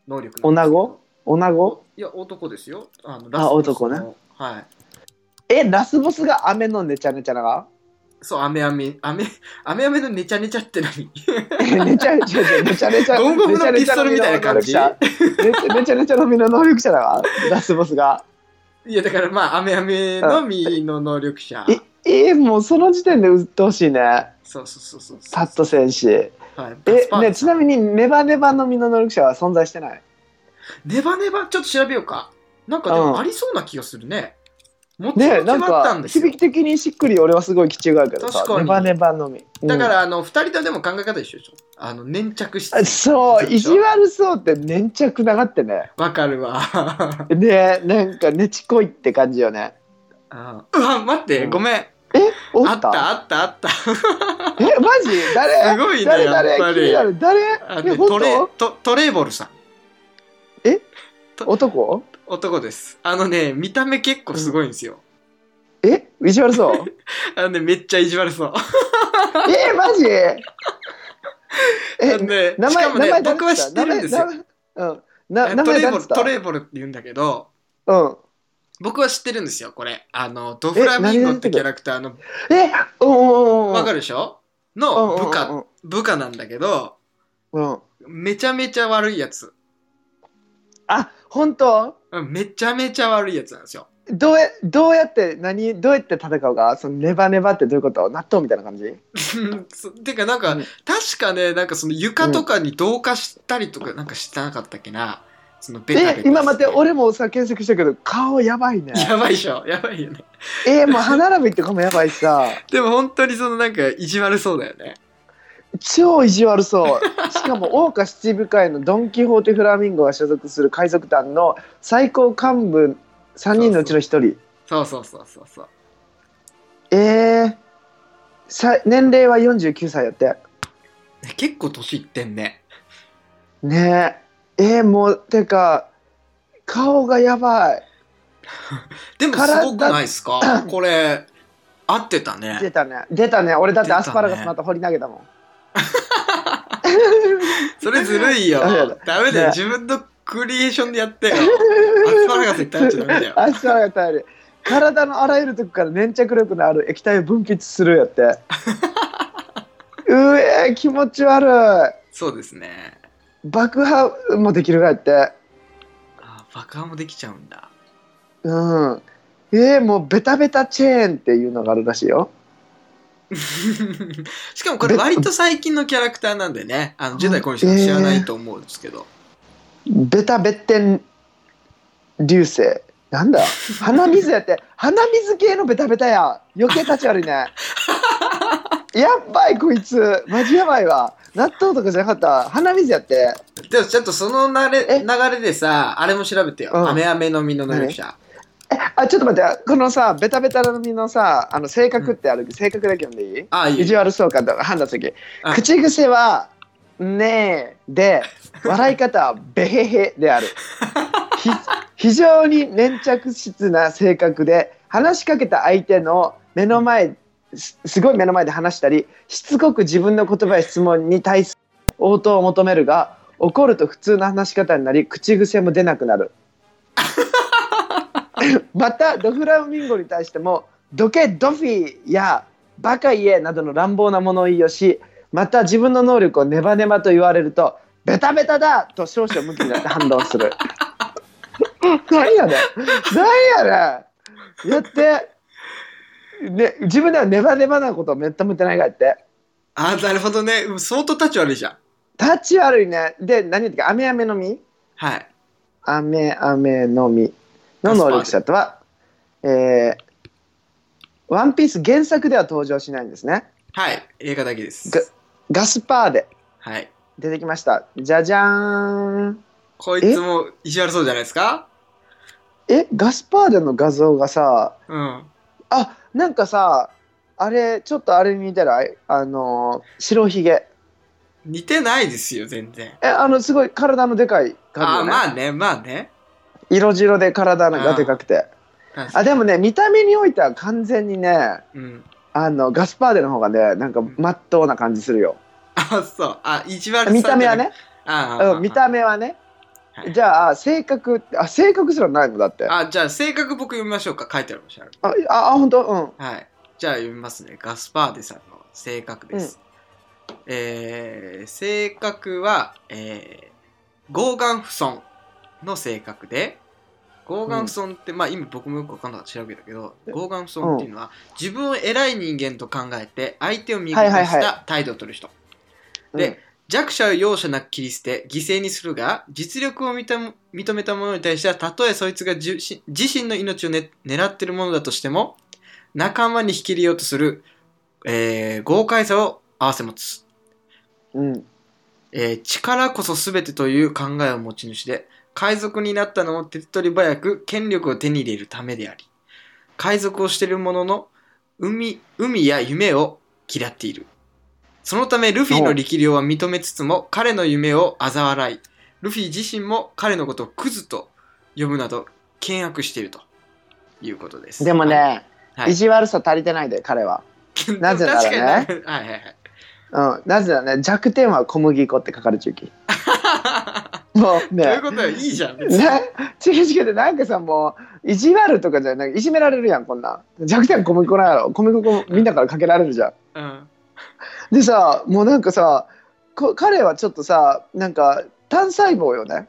能力おななんですけどごおなごいや男ですよあのあ男ねはいえラスボスが雨の ねちゃねちゃながそう、アメアメ、アメ、アメアメのネチャネチャって何 ねちゃねちゃねちゃねちゃゴムゴムのねちピスゃねちゃトルみたいな感じねちゃねちゃねちゃの実の能力者だわラスボスがいや、だからまあ、アメアメのみの能力者。ええもうその時点でうっとうしいねそうそうそうそうそう。パット戦士はい、えねちなに。みにネバネバの実の能力者は存在してないネバネバ、ちょっと調べようか。なんかでもうんありそうな気がするね。もっとね決なまんったんかですよ。響き的にしっくり俺はすごい気違うけどさ確かにネバネバの実、うんだから、あの、二人とでも考え方一緒でしょ。あの、粘着質。あそうで意し地ょ悪そうって粘着ながってねわ かるわ。ねなんかねちこいって感じよねあうわ、待って、うんごめん。おあっったた、あった、あった。えマジ誰すごいね誰やっぱ誰り気になるあ誰えのトレ本トトレーボルさん。当男男です。あのね、見た目結構すごいんですよ。え意地悪そうあのね、めっちゃ意地悪そう。えマジえあのね、名し前かも名ね前、誰僕は知ってるんですよ。名前うんあなのト名前レー誰ボっル、つったトレーボルって言うんだけど、うん僕は知ってるんですよ、これ。あの、ドフラミンゴってキャラクターの、えうんうんうんわかるでしょの部下、部下なんだけど、うんうんうんめちゃめちゃ悪いやつ。あ本当うんめちゃめちゃ悪いやつなんですよ。 どうやどうやって何どうやって戦うかそのネバネバってどういうこと納豆みたいな感じそてか、なんか、うん確かね、なんかその床とかに同化したりとか、なんかしてなかったっけな。そのベタベタえして今待って俺もさ検索したけど顔やばいねやばいでしょ、やばいよね。えもう歯並びとかもやばいしさでも本当にそのなんか意地悪そうだよね。超意地悪 そうしかも桜花七部会のドン・キホーテ・フラミンゴが所属する海賊団の最高幹部3人のうちの1人そうそうそうそうそう。えー、さ年齢は49歳やってね結構年いってんね。ねええー、もうてか顔がやばいでもすごくないですかこれ、合ってたね出。たね出たね俺だって出たねアスパラガスまた掘り投げたもん、それずるいよダメだ。ダメだよ。ね自分のクリエーションでやって よ。アスパラガスに頼っちゃダメだよ。アスパラガス頼り体のあらゆるとこから粘着力のある液体を分泌するやって うえ気持ち悪そうですね。い爆破もできるがやってあ爆破もできちゃうんだ。 うんえー、もうベタベタチェーンっていうのがあるらしいよしかもこれ割と最近のキャラクターなんでね、あの、ジェダイ小西さん知らないと思うんですけど。ベタベッテン流星なんだ鼻水やって鼻水系のベタベタや余計立ち悪いねやっばいこいつマジやばいわ納豆とかじゃなかった鼻水やってでもちょっとそのなれえ流れでさあれも調べてよ、うんアメアメの実の能力者えあちょっと待ってこのさベタベタの実のさあの性格ってある、性格だけ読んでいいああいい意地よ悪そうかとか判断するあ時口癖は「ねえ」で笑い方は「べへへ」で あるひ非常に粘着質な性格で話しかけた相手の目の前すすごい目の前で話したりしつこく自分の言葉や質問に対する応答を求めるが怒ると普通の話し方になり口癖も出なく なるまたドフラミンゴに対しても「どけドフィー」や「バカ言え」などの乱暴な物言いをしまた自分の能力をネバネバと言われると「ベタベタだ!」と少々向きになって反論する何やねん何やねんやって、ね、自分ではネバネバなことをめったもってないがやってあなるほどねうん相当立ち悪いじゃん立ち悪いねで何言ってかアメアメの実はいアメアメの実の能力者とはえーワンピース原作では登場しないんですねはい映画だけですがガスパーではい出てきましたじゃじゃーんこいつも意地悪そうじゃないですかえガスパーデの画像がさうんあなんかさあれちょっとあれに似てないあのー白ひげ似てないですよ全然えあのすごい体のでかい感じあまあよね、ねまあね色白で体がでかくて確かあにでもね見た目においては完全にねうんあのガスパーデの方がねなんかまっとうな感じするよあそうあ意地悪さ見た目はね、あああうん、見た目はねはいじゃあ性格あ性格すらないもんだってああじゃあ性格僕読みましょうか書いてあるかもしれないああ本当うんはい。じゃあ読みますね。ガスパーデさんの性格です。えー性格は、えー、傲岸不損の性格で、傲岸不損って、まあ今僕もよくわかんなかった調べたけど、傲岸不損っていうのは、自分を偉い人間と考えて、相手を見下はいしはいた態度を取る人。うんで弱者を容赦なく切り捨て、犠牲にするが、実力を認め認めた者に対しては、たとえそいつが自身自身の命を、ね、狙ってるものだとしても、仲間に引き入れようとする、えー豪快さを併せ持つ。うんえー力こそ全てという考えを持ち主で、海賊になったのも手っ取り早く権力を手に入れるためであり、海賊をしているものの、海、海や夢を嫌っている。そのためルフィの力量は認めつつも、彼の夢を嘲笑い、ルフィ自身も彼のことをクズと呼ぶなど、険悪しているということです。でもね、はい意地悪さ足りてないで彼ははい、なぜならね確かにはいはいはい。うん、なぜだね弱点は小麦粉って書かれちゅうきもうという ねことはいいじゃん。別にね違う違うでなんかさもう意地悪とかじゃないいじめられるやんこんなん弱点は小麦粉なんやろ小麦粉みんなからかけられるじゃんうんでさもうなんかさこ彼はちょっとさなんか単細胞よね、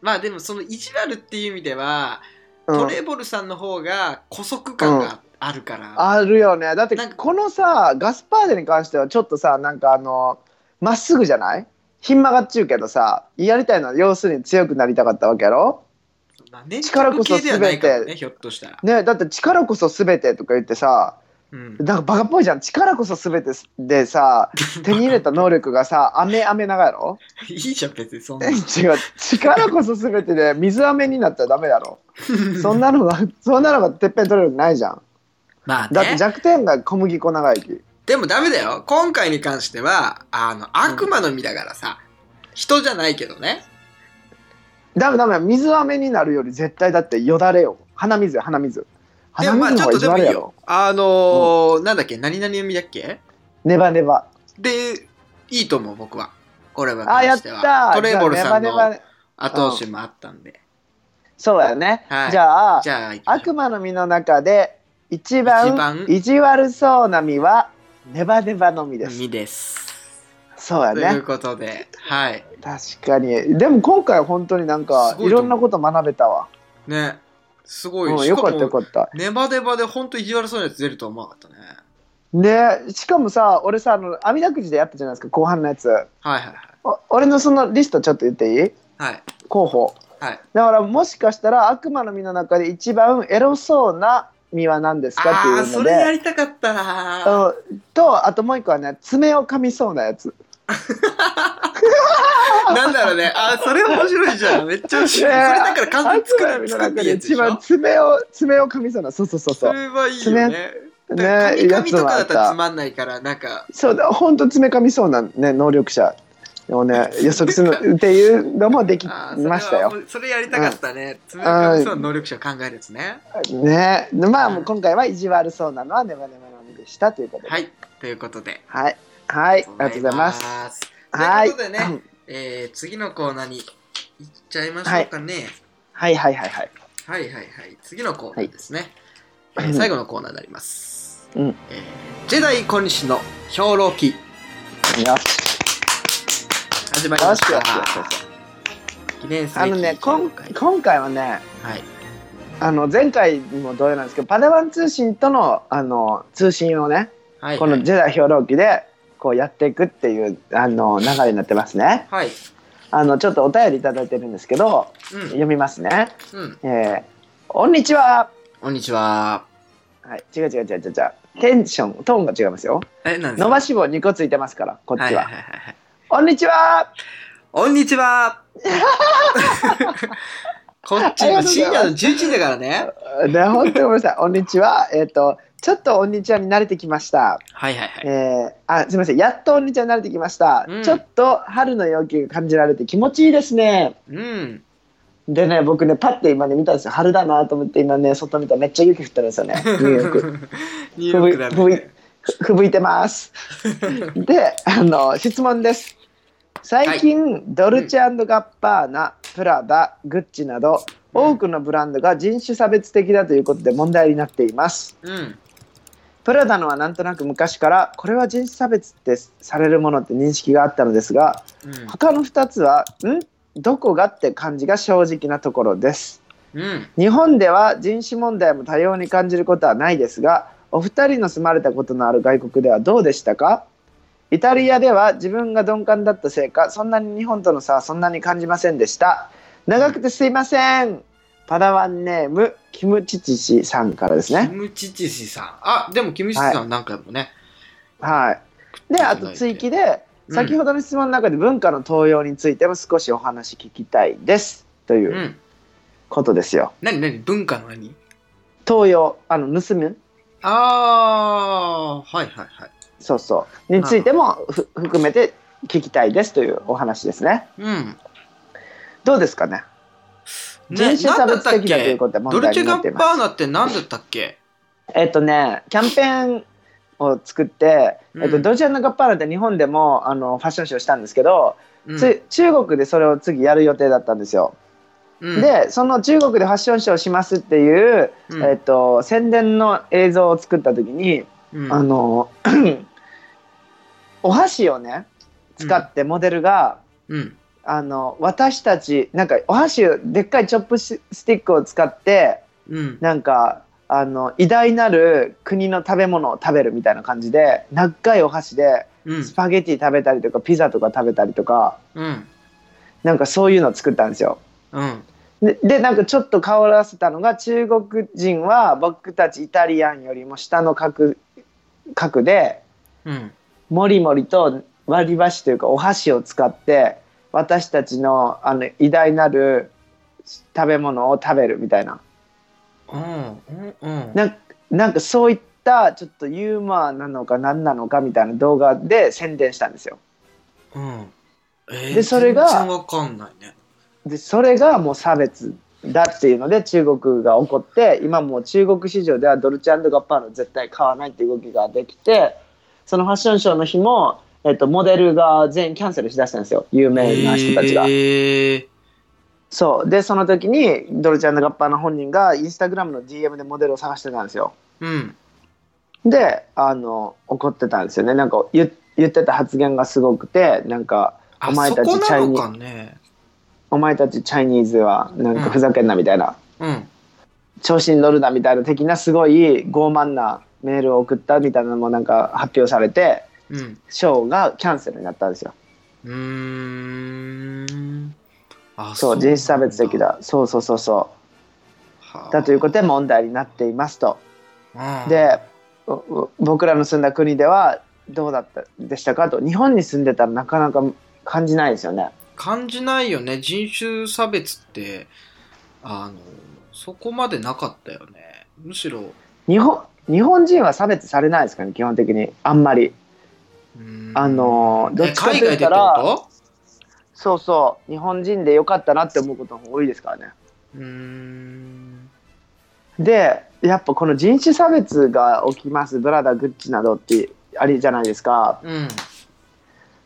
まあでもその意地悪っていう意味では、うんトレーボルさんの方が古速感があるから、あるよねだってなんかこのさガスパーデに関してはちょっとさなんかあのまっすぐじゃないひん曲がっちゅうけどさやりたいのは要するに強くなりたかったわけやろまあ、年力こそ系ではないから全ねひょっとしたら、ねだって力こそ全てとか言ってさ うん、なんかバカっぽいじゃん力こそ全て でさ手に入れた能力がさ飴飴長やろいいじゃん別にそんなえ違う力こそ全てで水飴になったらダメ だろそんなのがそんなのがてっぺん取れるわけないじゃんまあだってね弱点が小麦粉長生きでもダメだよ今回に関してはあの悪魔の実だからさ、人じゃないけどねダメダメ水飴になるより絶対だってよだれよ鼻水よ鼻水で鼻もまあ水ちのょ方っとでもが一番あいるいやよろあのーなんだっけ何々実だっけネバネバでいいと思う僕はこれはあ関やっしてはたトレーボルさんじゃあネバのネバ後押しもあったんで、そうだよね、はいじゃあじゃあ行きましょう悪魔の実の中で一番一番意地悪そうな実はネバネバの実です実です。そうやというねことで、はい。確かにでも今回は本当になんすかごいいとろ思うんなこと学べたわね、すごい。うんしよもかったよかったネバネバで本当意地悪そうなやつ出るとは思わなかったね。ねしかもさ俺さあの網だくじでやったじゃないですか後半のやつはいはいお俺のそのリストちょっと言っていいはい。候補はい。だからもしかしたら悪魔の実の中で一番エロそうな実は何ですかってああー、いうそのれやでりたかったなー。うんとあともう一個はね爪を噛みそうなやつなんだろうね。あー、それ面白いじゃ ん。めっちゃ面白い。ねえそれだから完全悪魔のに作る作ってる実の中でやつでし一ょ番。爪を爪を噛みそうなそうそうそうそそうれはいいよね。ねね、や髪つともかあだっったらつたまんないから、なんか、そうだ本当爪噛みそうなね能力者をね予測す るのっていうのもできあーそれましたよはそれやりたかったね。つまあーみそうな能力者を考えるやつね。ねまあうんもう今回は意地悪そうなのはネバネバの実でしたということでははいい。ということで。はい、はい、ありがとうございますす。はいということでねうんえー、次のコーナーに行っちゃいましょうかね。はいはいはいはいはい、はい、はいはい次のコーナーですね、はいえー最後のコーナーになります。うんえージェダイ小西の兵糧記よし始まりましよたしよしよ。記念すべあきのねこん今回今回はねはい。あの前回も同様なんですけどパダワン通信とのあの通信をねはい。このジェダイ兵糧記でこうやっていくっていうあの流れになってますねはい。あのちょっとお便りいただいてるんですけどうん。読みますねうん。えー、こんにちはこんにちは。はい違う違う違う違う違うテンショントーンが違いますよえ、なんですか伸ばし棒2個ついてますからこっちは、はいはいはいはい。こんにちはこんにち はこっちありがとうございま今す深夜の11時だから ね。ね本当にごめんなさいこんにちはえっ、とちょっとこんにちはに慣れてきましたはいはいはい。えー、あすみませんやっとお兄ちゃんに慣れてきました、うんちょっと春の陽気が感じられて気持ちいいですねうん。でね僕ねパッて今ね見たんですよ春だなと思って今ね外見たらめっちゃ雪降ってるんです よねニューヨークニューヨークだふぶいね。ふふぶいてます であの質問です最近、ドルチェガッパーナプラダグッチなど多くのブランドが人種差別的だということで問題になっていますうん。プラダのはなんとなく昔からこれは人種差別ってされるものって認識があったのですが他の2つは「んどこが?」って感じが正直なところですうん。うん。日本では人種問題も多様に感じることはないですがお二人の住まれたことのある外国ではどうでしたかイタリアでは自分が鈍感だったせいかそんなに日本との差はそんなに感じませんでした長くてすいませんパダワンネームキムチチシさんからですねキムチチシさん。あ、でもキムチチシさん何回もね。はい。で、あと追記で、うん。先ほどの質問の中で文化の登用についても少しお話聞きたいです。といううんことですよ。何何文化の何盗用、あの、盗むあー、はいはいはい。そうそう。についてもふ含めて聞きたいですというお話ですね。うん。どうですかねね人種差別的だ何といっうことでたっけドル問題チェになガっていッまパーす。ナって何だったっけえっとね、キャンペーンを作って、えっうと、んドルチェガッパーナって日本でもあのファッションショーしたんですけど、うんつ中国でそれを次やる予定だったんですよ。うんでその中国でファッションショーをしますっていう、うんえっと宣伝の映像を作った時に、うんあの お箸をね使ってモデルが、うん。あの私たちなんかお箸でっかいチョップスティックを使ってうん。なんかあの偉大なる国の食べ物を食べるみたいな感じで長いお箸でうんス。パゲティ食べたりとかピザとか食べたりとかうん。なんかそういうのを作ったんですよ。うん。ででなんかちょっと変わらせたのが中国人は僕たちイタリアンよりも下の格格でうん。もりもりと割り箸というかお箸を使って私たちのあの偉大なる食べ物を食べるみたいなうん。うん。なんなんかそういったちょっとユーモアなのか何なのかみたいな動画で宣伝したんですよ。うん。えーでそれが全然わかんないね。でそれがもう差別だっていうので中国が怒って今もう中国市場ではドルチェガッパーナ絶対買わないっていう動きができてそのファッションショーの日も、えっと、モデルが全員キャンセルしだしたんですよ有名な人たちが。えそうでその時にドルチェガッパーナ本人がインスタグラムの DM でモデルを探してたんですよ。うん。であの怒ってたんですよねなんか言言ってた発言がすごくてなんかあ、お前そたちこチなャイのニかね。お前たちチャイニーズはなんかふざけんなみたいな。うん。調子に乗るなみたいな的なすごい傲慢なメールを送ったみたいなのもなんか発表されてうん。ショーがキャンセルになったんですようーん。あそう人種差別的。だそうそうそうそうだということで問題になっていますととでおお僕らの住んだ国ではどうだったでしたかと日本に住んでたらなかなか感じないですよね感じないよね人種差別ってあのそこまでなかったよねむしろ日本日本人は差別されないですかね基本的にあんまりうーんあのどっえちかと海外でいっってたらこそうそう日本人でよかったなって思うことも多いですからねとうーんでやっぱこの人種差別が起きますブラダグッチなどってありじゃないですかうん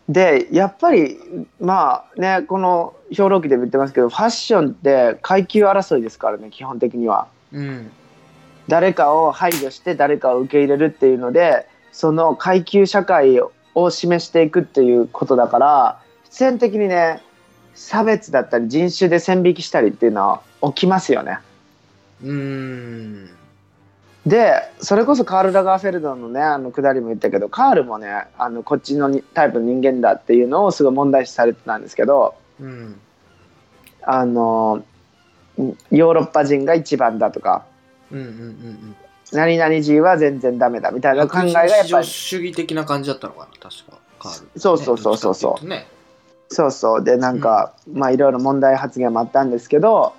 でやっぱりまあねこの表論記でも言ってますけどファッションって階級争いですからね基本的にはうん誰かを排除して誰かを受け入れるっていうのでその階級社会を示していくっていうことだから必然的にね差別だったり人種で線引きしたりっていうのは起きますよね。うーんでそれこそカール・ラガーフェルドのねあのくだりも言ったけどカールもねあのこっちのにタイプの人間だっていうのをすごい問題視されてたんですけどうんあのんヨーロッパ人が一番だとかうんうんうん何々人は全然ダメだみたいうんな考えがやっ白人至上ぱり主義的な感じだったのかな確かカールそうそうそうそうそうねそうそうでなんか、まあいろいろ問題発言もあったんですけど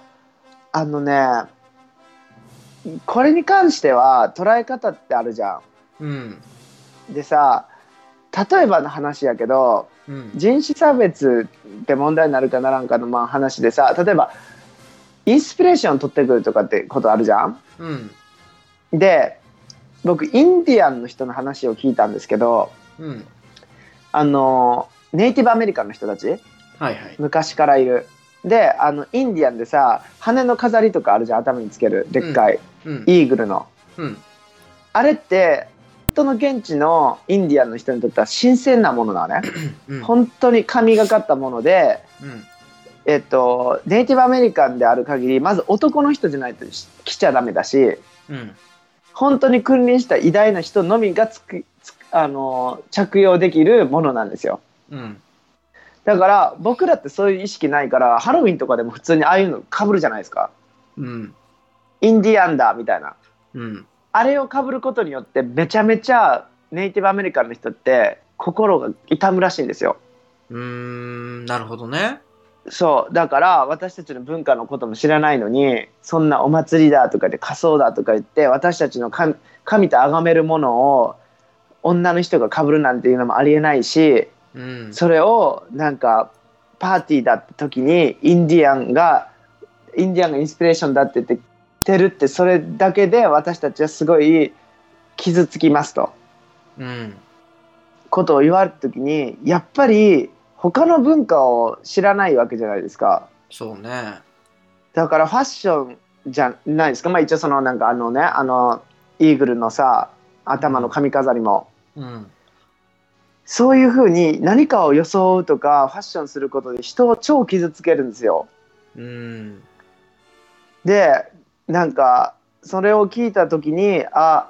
あのねこれに関しては捉え方ってあるじゃうんん。でさ例えばの話やけどうん人種差別って問題になるかならんかのまあ話でさ例えばインスピレーション取ってくるとかってことあるじゃんうんで僕インディアンの人の話を聞いたんですけどうんあのネイティブアメリカンの人たちはいはい昔からいるであのインディアンでさ羽の飾りとかあるじゃん頭につけるでっかい、うんイーグルのうんあれって本当の現地のインディアンの人にとっては新鮮なものなの ねうん本当に神がかったものでうんえっと、ネイティブアメリカンである限りまず男の人じゃないとし来ちゃダメだしうん本当に君臨した偉大な人のみがつくつくあの着用できるものなんですようんだから僕らってそういう意識ないからハロウィンとかでも普通にああいうのかぶるじゃないですかうんインディアンだみたいなうんあれをかぶることによってめちゃめちゃネイティブアメリカンの人って心が痛むらしいんですようーんなるほどねそうだから私たちの文化のことも知らないのにそんなお祭りだとかで仮装だとか言って私たちの神神と崇めるものを女の人が被るなんていうのもありえないしうんそれをなんかパーティーだった時にインディアンがインディアンがインスピレーションだって言って来てるってそれだけで私たちはすごい傷つきますと。うんことを言われた時にやっぱり他の文化を知らないわけじゃないですか。そうね。だからファッションじゃないですか、まあ、一応そのなんかあのねあのイーグルのさ頭の髪飾りも、うん。そういうふうに何かを装うとかファッションすることで人を超傷つけるんですよ。うん。でなんかそれを聞いた時にあ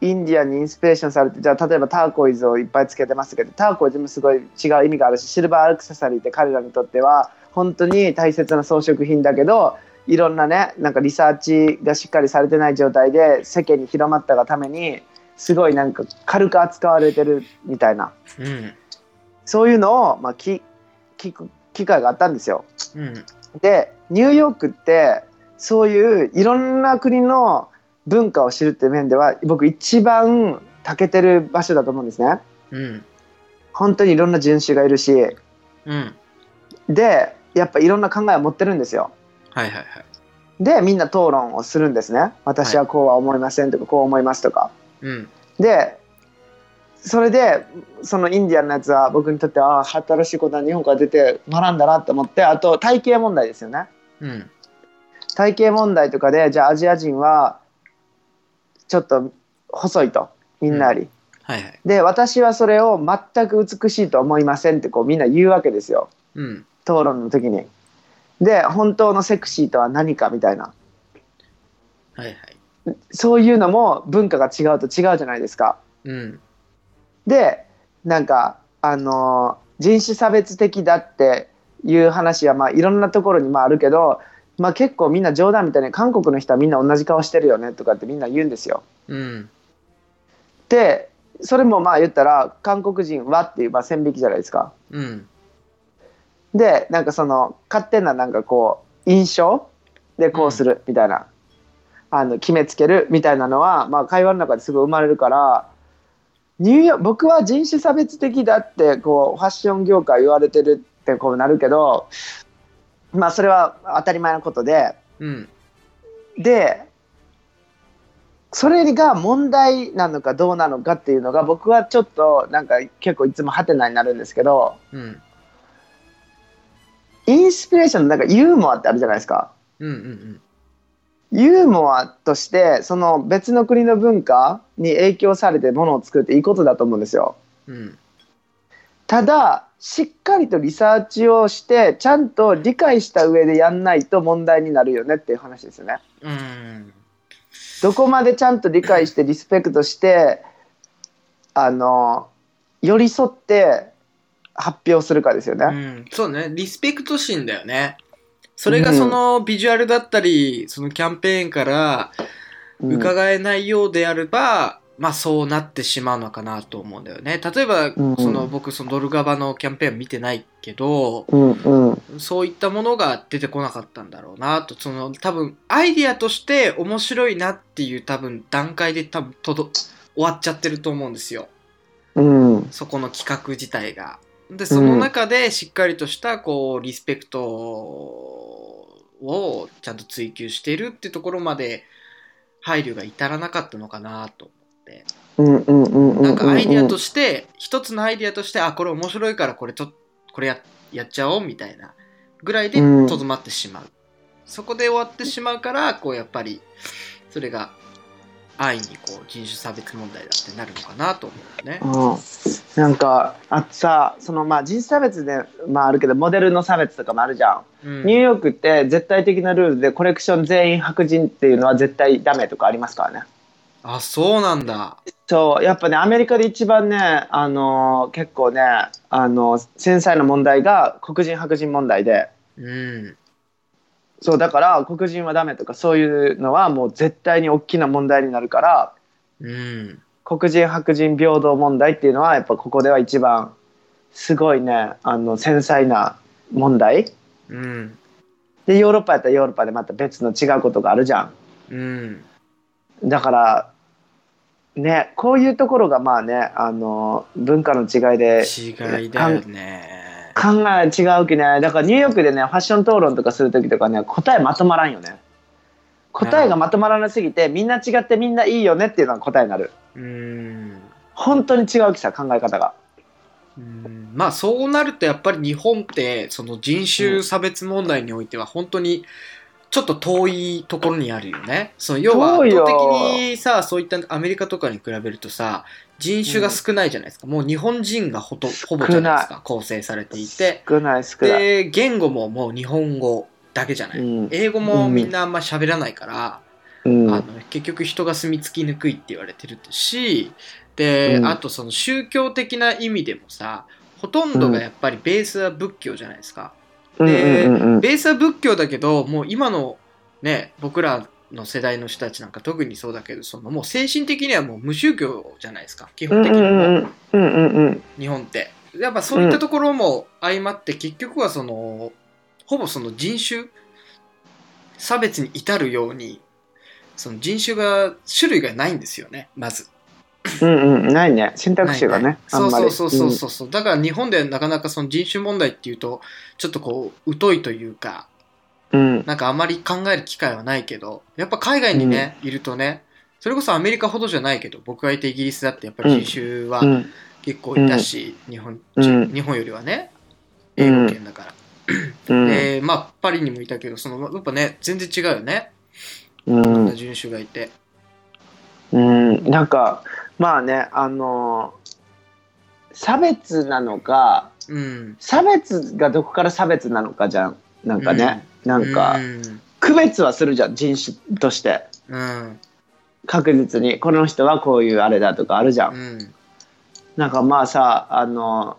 インディアンにインスピレーションされてじゃあ例えばターコイズをいっぱいつけてますけどターコイズもすごい違う意味があるしシルバーアクセサリーって彼らにとっては本当に大切な装飾品だけどいろんなねなんかリサーチがしっかりされてない状態で世間に広まったがためにすごいなんか軽く扱われてるみたいなうん。そういうのを、まあ、き聞く機会があったんですよ。うん。でニューヨークってそういういろんな国の文化を知るっていう面では僕一番長けてる場所だと思うんですねうん。本当にいろんな人種がいるしうん。でやっぱいろんな考えを持ってるんですよはいはいはい。でみんな討論をするんですね私はこうは思いませんとかこう思いますとかうん。でそれでそのインディアンのやつは僕にとってああ新しいことは日本から出て学んだなと思ってあと体型問題ですよねうん。体型問題とかでじゃあアジア人はちょっと細いとみんなより、はいはい。で私はそれを全く美しいと思いませんってこうみんな言うわけですようん。討論の時にで本当のセクシーとは何かみたいなはいはい。そういうのも文化が違うと違うじゃないですかうん。でなんかあのー人種差別的だっていう話はまあいろんなところにまああるけど、まあ、結構みんな冗談みたいに韓国の人はみんな同じ顔してるよねとかってみんな言うんですよ。うんでそれもまあ言ったら韓国人はっていうまあ線引きじゃないですか。うんでなんかその勝手ななんかこう印象でこうするみたいな、あの決めつけるみたいなのは、まあ、会話の中ですごい生まれるからニューヨーク僕は人種差別的だってこうファッション業界言われてるってこうなるけど、まあ、それは当たり前のことでうんでそれが問題なのかどうなのかっていうのが僕はちょっとなんか結構いつもハテナになるんですけど。うんインスピレーションのなんかユーモアってあるじゃないですか。うんうんユーモアとしてその別の国の文化に影響されてものを作るっていいことだと思うんですよ。うんただしっかりとリサーチをしてちゃんと理解した上でやんないと問題になるよねっていう話ですよね。うんどこまでちゃんと理解してリスペクトしてあの寄り添って発表するかですよね。うんそうねリスペクト心だよねそれがそのビジュアルだったり、そのキャンペーンからうん伺えないようであれば、まあそうなってしまうのかなと思うんだよね例えば、んその僕そのドルガバのキャンペーン見てないけどうんうんそういったものが出てこなかったんだろうなとその多分アイディアとして面白いなっていう多分段階で多分とど終わっちゃってると思うんですようんそこの企画自体が。でその中でしっかりとしたこうリスペクトをちゃんと追求しているってところまで配慮が至らなかったのかなとうんうんうんうんなんかアイディアとして、一つのアイディアとして、あ、これ面白いからこれちょこれややっちゃおうみたいなぐらいでうんとどまってしまう。そこで終わってしまうから、こうやっぱり、それが安易にこう人種差別問題だってなるのかなと思うよね。うん、なんかあとさそのまあ人種差別で、まあ、あるけどモデルの差別とかもあるじゃん、うんニューヨークって絶対的なルールでコレクション全員白人っていうのは絶対ダメとかありますからねあ、そうなんだ。そうやっぱねアメリカで一番ねあのー結構ねあのー繊細な問題が黒人白人問題でうん。そうだから黒人はダメとかそういうのはもう絶対に大きな問題になるからうん。黒人白人平等問題っていうのはやっぱここでは一番すごいねあの繊細な問題うん。でヨーロッパやったらヨーロッパでまた別の違うことがあるじゃうん。んだからねこういうところがまあねあの文化の違いで違いだよね。考え違うきねだからニューヨークでねファッション討論とかする時とかね答えまとまらんよね答えがまとまらなすぎてみんな違ってみんないいよねっていうのが答えになるうん。本当に違うきさ考え方がうんまあそうなるとやっぱり日本ってその人種差別問題においては本当にちょっと遠いところにあるよね。その要は遠圧いよ倒的にさそういったアメリカとかに比べるとさ人種が少ないじゃないですか、もう日本人がほとほぼじゃないですか構成されていて少ない少ない、で言語ももう日本語だけじゃない、うん英語もみんなあんま喋らないから、うんあの結局人が住み着きにくいって言われてるしで、うんあとその宗教的な意味でもさほとんどがやっぱりベースは仏教じゃないですか、でうんうんうんうんベースは仏教だけどもう今のね僕らの世代の人たちなんか特にそうだけどそのもう精神的にはもう無宗教じゃないですか基本的には、うんうんうんうん日本ってやっぱそういったところも相まって結局はそのほぼその人種差別に至るようにその人種が種類がないんですよねまずうんうんないね選択肢がないねあそんうまそりうそうそうそうそう、だから日本ではなかなかその人種問題っていうとちょっとこう疎いというかうんうんなんかあまり考える機会はないけどやっぱ海外にね、いるとねそれこそアメリカほどじゃないけど僕がいてイギリスだってやっぱり人種は、うん結構いたし、日本うん日本よりはねうん英語圏だから、うんでまあパリにもいたけどそのやっぱね全然違うよねういろんなん人種がいてうんなんかまあねあのー差別なのかうん差別がどこから差別なのかじゃんなんかね、なんうかん、区別はするじゃん人種としてうん確実にこの人はこういうあれだとかあるじゃんうんなんかまあさあの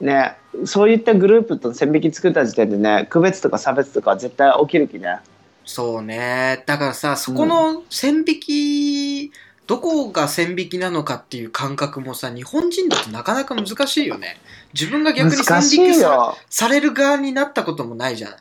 ねそういったグループと線引き作った時点でね区別とか差別とかは絶対起きるきねそうね。だからさ、そこの線引き、どこが線引きなのかっていう感覚もさ、日本人だとなかなか難しいよね。自分が逆に難し線引きいさよされる側になったこともないじゃない。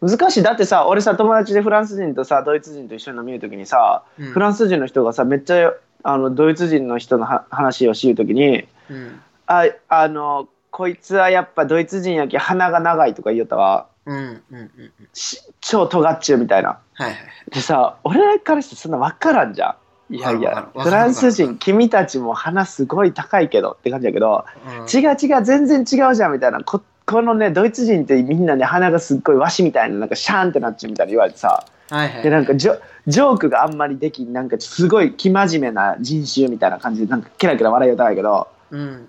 難しいだってさ俺さ友達でフランス人とさドイツ人と一緒に飲みる時にさ、うんフランス人の人がさめっちゃあのドイツ人の人のは話をしゆう時にうん。ああのこいつはやっぱドイツ人やけ鼻が長いとか言おったわうん。うん。うん。うんし超尖っちゅうみたいなはいはい。でさ俺からしてそんな分からんじゃんいやいわかるやわかるフランス人君たちも鼻すごい高いけどって感じやけど、うん違う違う全然違うじゃんみたいなここのねドイツ人ってみんなね鼻がすっごい和紙みたいななんかシャーンってなっちゃうみたいな言われてさはいはい。でなんかジョジョークがあんまりできんなんかすごい生真面目な人種みたいな感じでなんかキラキラ笑いよったんやけどうん。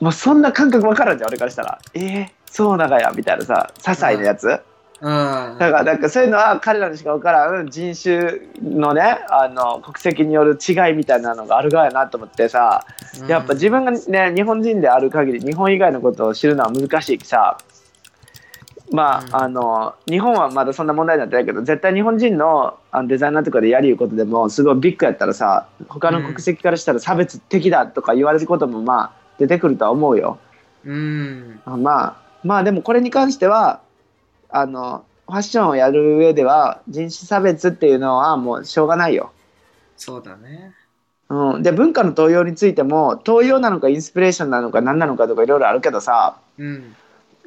もうそんな感覚分からんじゃん俺からしたらえー、そうながやみたいなさ些細なやつ、うん。だからなんかそういうのは彼らにしか分からん人種のねあの国籍による違いみたいなのがあるがやなと思ってさうんやっぱ自分がね日本人である限り日本以外のことを知るのは難しいきさまあ,、うんあの日本はまだそんな問題になってないけど絶対日本人のあのデザイナーとかでやりいうことでもすごいビッグやったらさ他の国籍からしたら差別的だとか言われることもまあ出てくるとは思うよ。うん。あまあまあでもこれに関してはあのファッションをやる上では人種差別っていうのはもうしょうがないよ。そうだね。うん、で文化の東洋についても東洋なのかインスピレーションなのか何なのかとかいろいろあるけどさうん。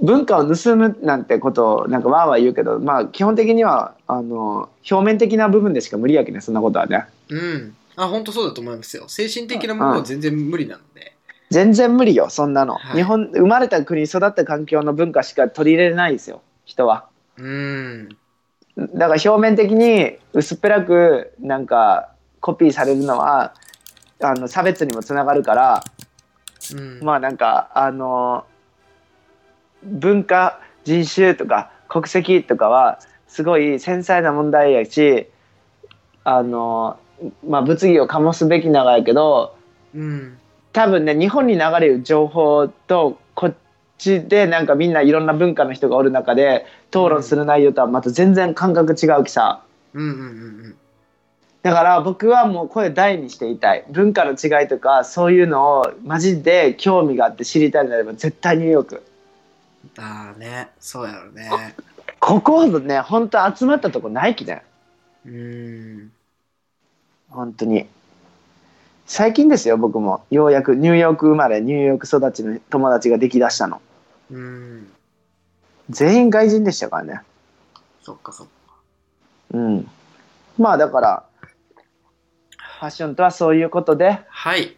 文化を盗むなんてことをなんかわーわー言うけどまあ基本的にはあの表面的な部分でしか無理やけねそんなことはねうん。あ、本当そうだと思いますよ。精神的なものは全然無理なので。全然無理よそんなの、はい日本生まれた国育った環境の文化しか取り入れれないですよ人はうん。だから表面的に薄っぺらくなんかコピーされるのはあの差別にもつながるから、うん。まあなんかあの文化人種とか国籍とかはすごい繊細な問題やしあの、まあ、物議を醸すべきながらやけどうん。多分ね日本に流れる情報とこっちでなんかみんないろんな文化の人がおる中で討論する内容とはまた全然感覚違うきさ。うんうんうんうん。だから僕はもう声大にしていたい文化の違いとかそういうのをマジで興味があって知りたいなれば絶対ニューヨークああね、そうやろね。ここほどね本当集まったとこないきねうーん。本当に最近ですよ僕もようやくニューヨーク生まれニューヨーク育ちの友達ができだしたのうーん。全員外人でしたからねそっかそっか。うんまあだからファッションとはそういうことではい。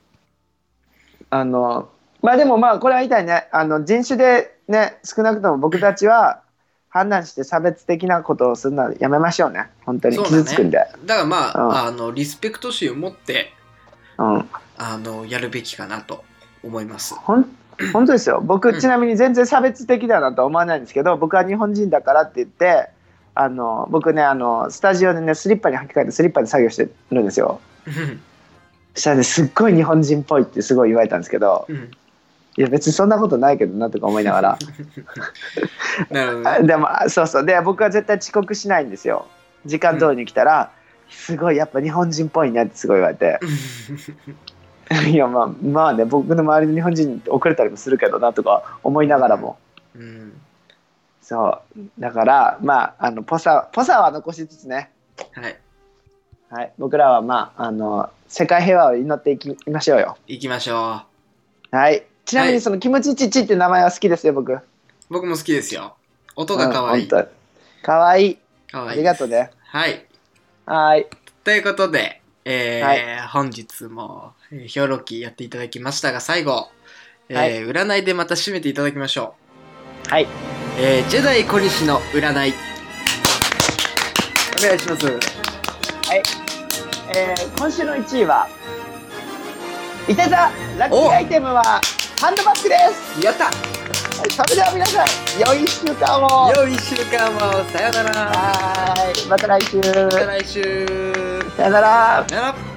あのまあでもまあこれは言いたいねあの人種でね少なくとも僕たちは判断して差別的なことをするのはやめましょうね本当にそうだね傷つくんでう,、だからまあ、うんあの、リスペクト心を持って、んあの、やるべきかなと思います。ほん本当ですよう僕んちなみに全然差別的だなとは思わないんですけど僕は日本人だからって言ってあの僕ねあのスタジオでねスリッパに履き替えてスリッパで作業してるんですようんそしたらねすっごい日本人っぽいってすごい言われたんですけどうん。いや別にそんなことないけどなとか思いながらなるほどあね。 でもあそうそうで僕は絶対遅刻しないんですよ時間通りに来たら、すごいやっぱ日本人っぽいねってすごい言われて いやまあまあね僕の周りの日本人遅れたりもするけどなとか思いながらもうん。そうだからまああのポサポサは残しつつね、はい。はい、僕らはまああの世界平和を祈っていきいきましょうよ行きましょはいちなみはにいそのキムチチチって名前は好きですよ僕う。僕も好きですよ。音が可愛い。うん本当かわいい可あ愛りい。がとうねはい。はいということで、えー本日も、えー、表ロキやっていただきましたが、最後、えーはい占いでまた締めていただきましょう。はい。えージェダイ小西の占い。お願いします。えー今週の1位は、いて座ラッキーアイテムはハンドバッグです。やったそれでは皆さん、良い1週間を。良い一週間を、さよなら。はーいまた来週。また来週。さよなら。さよなら。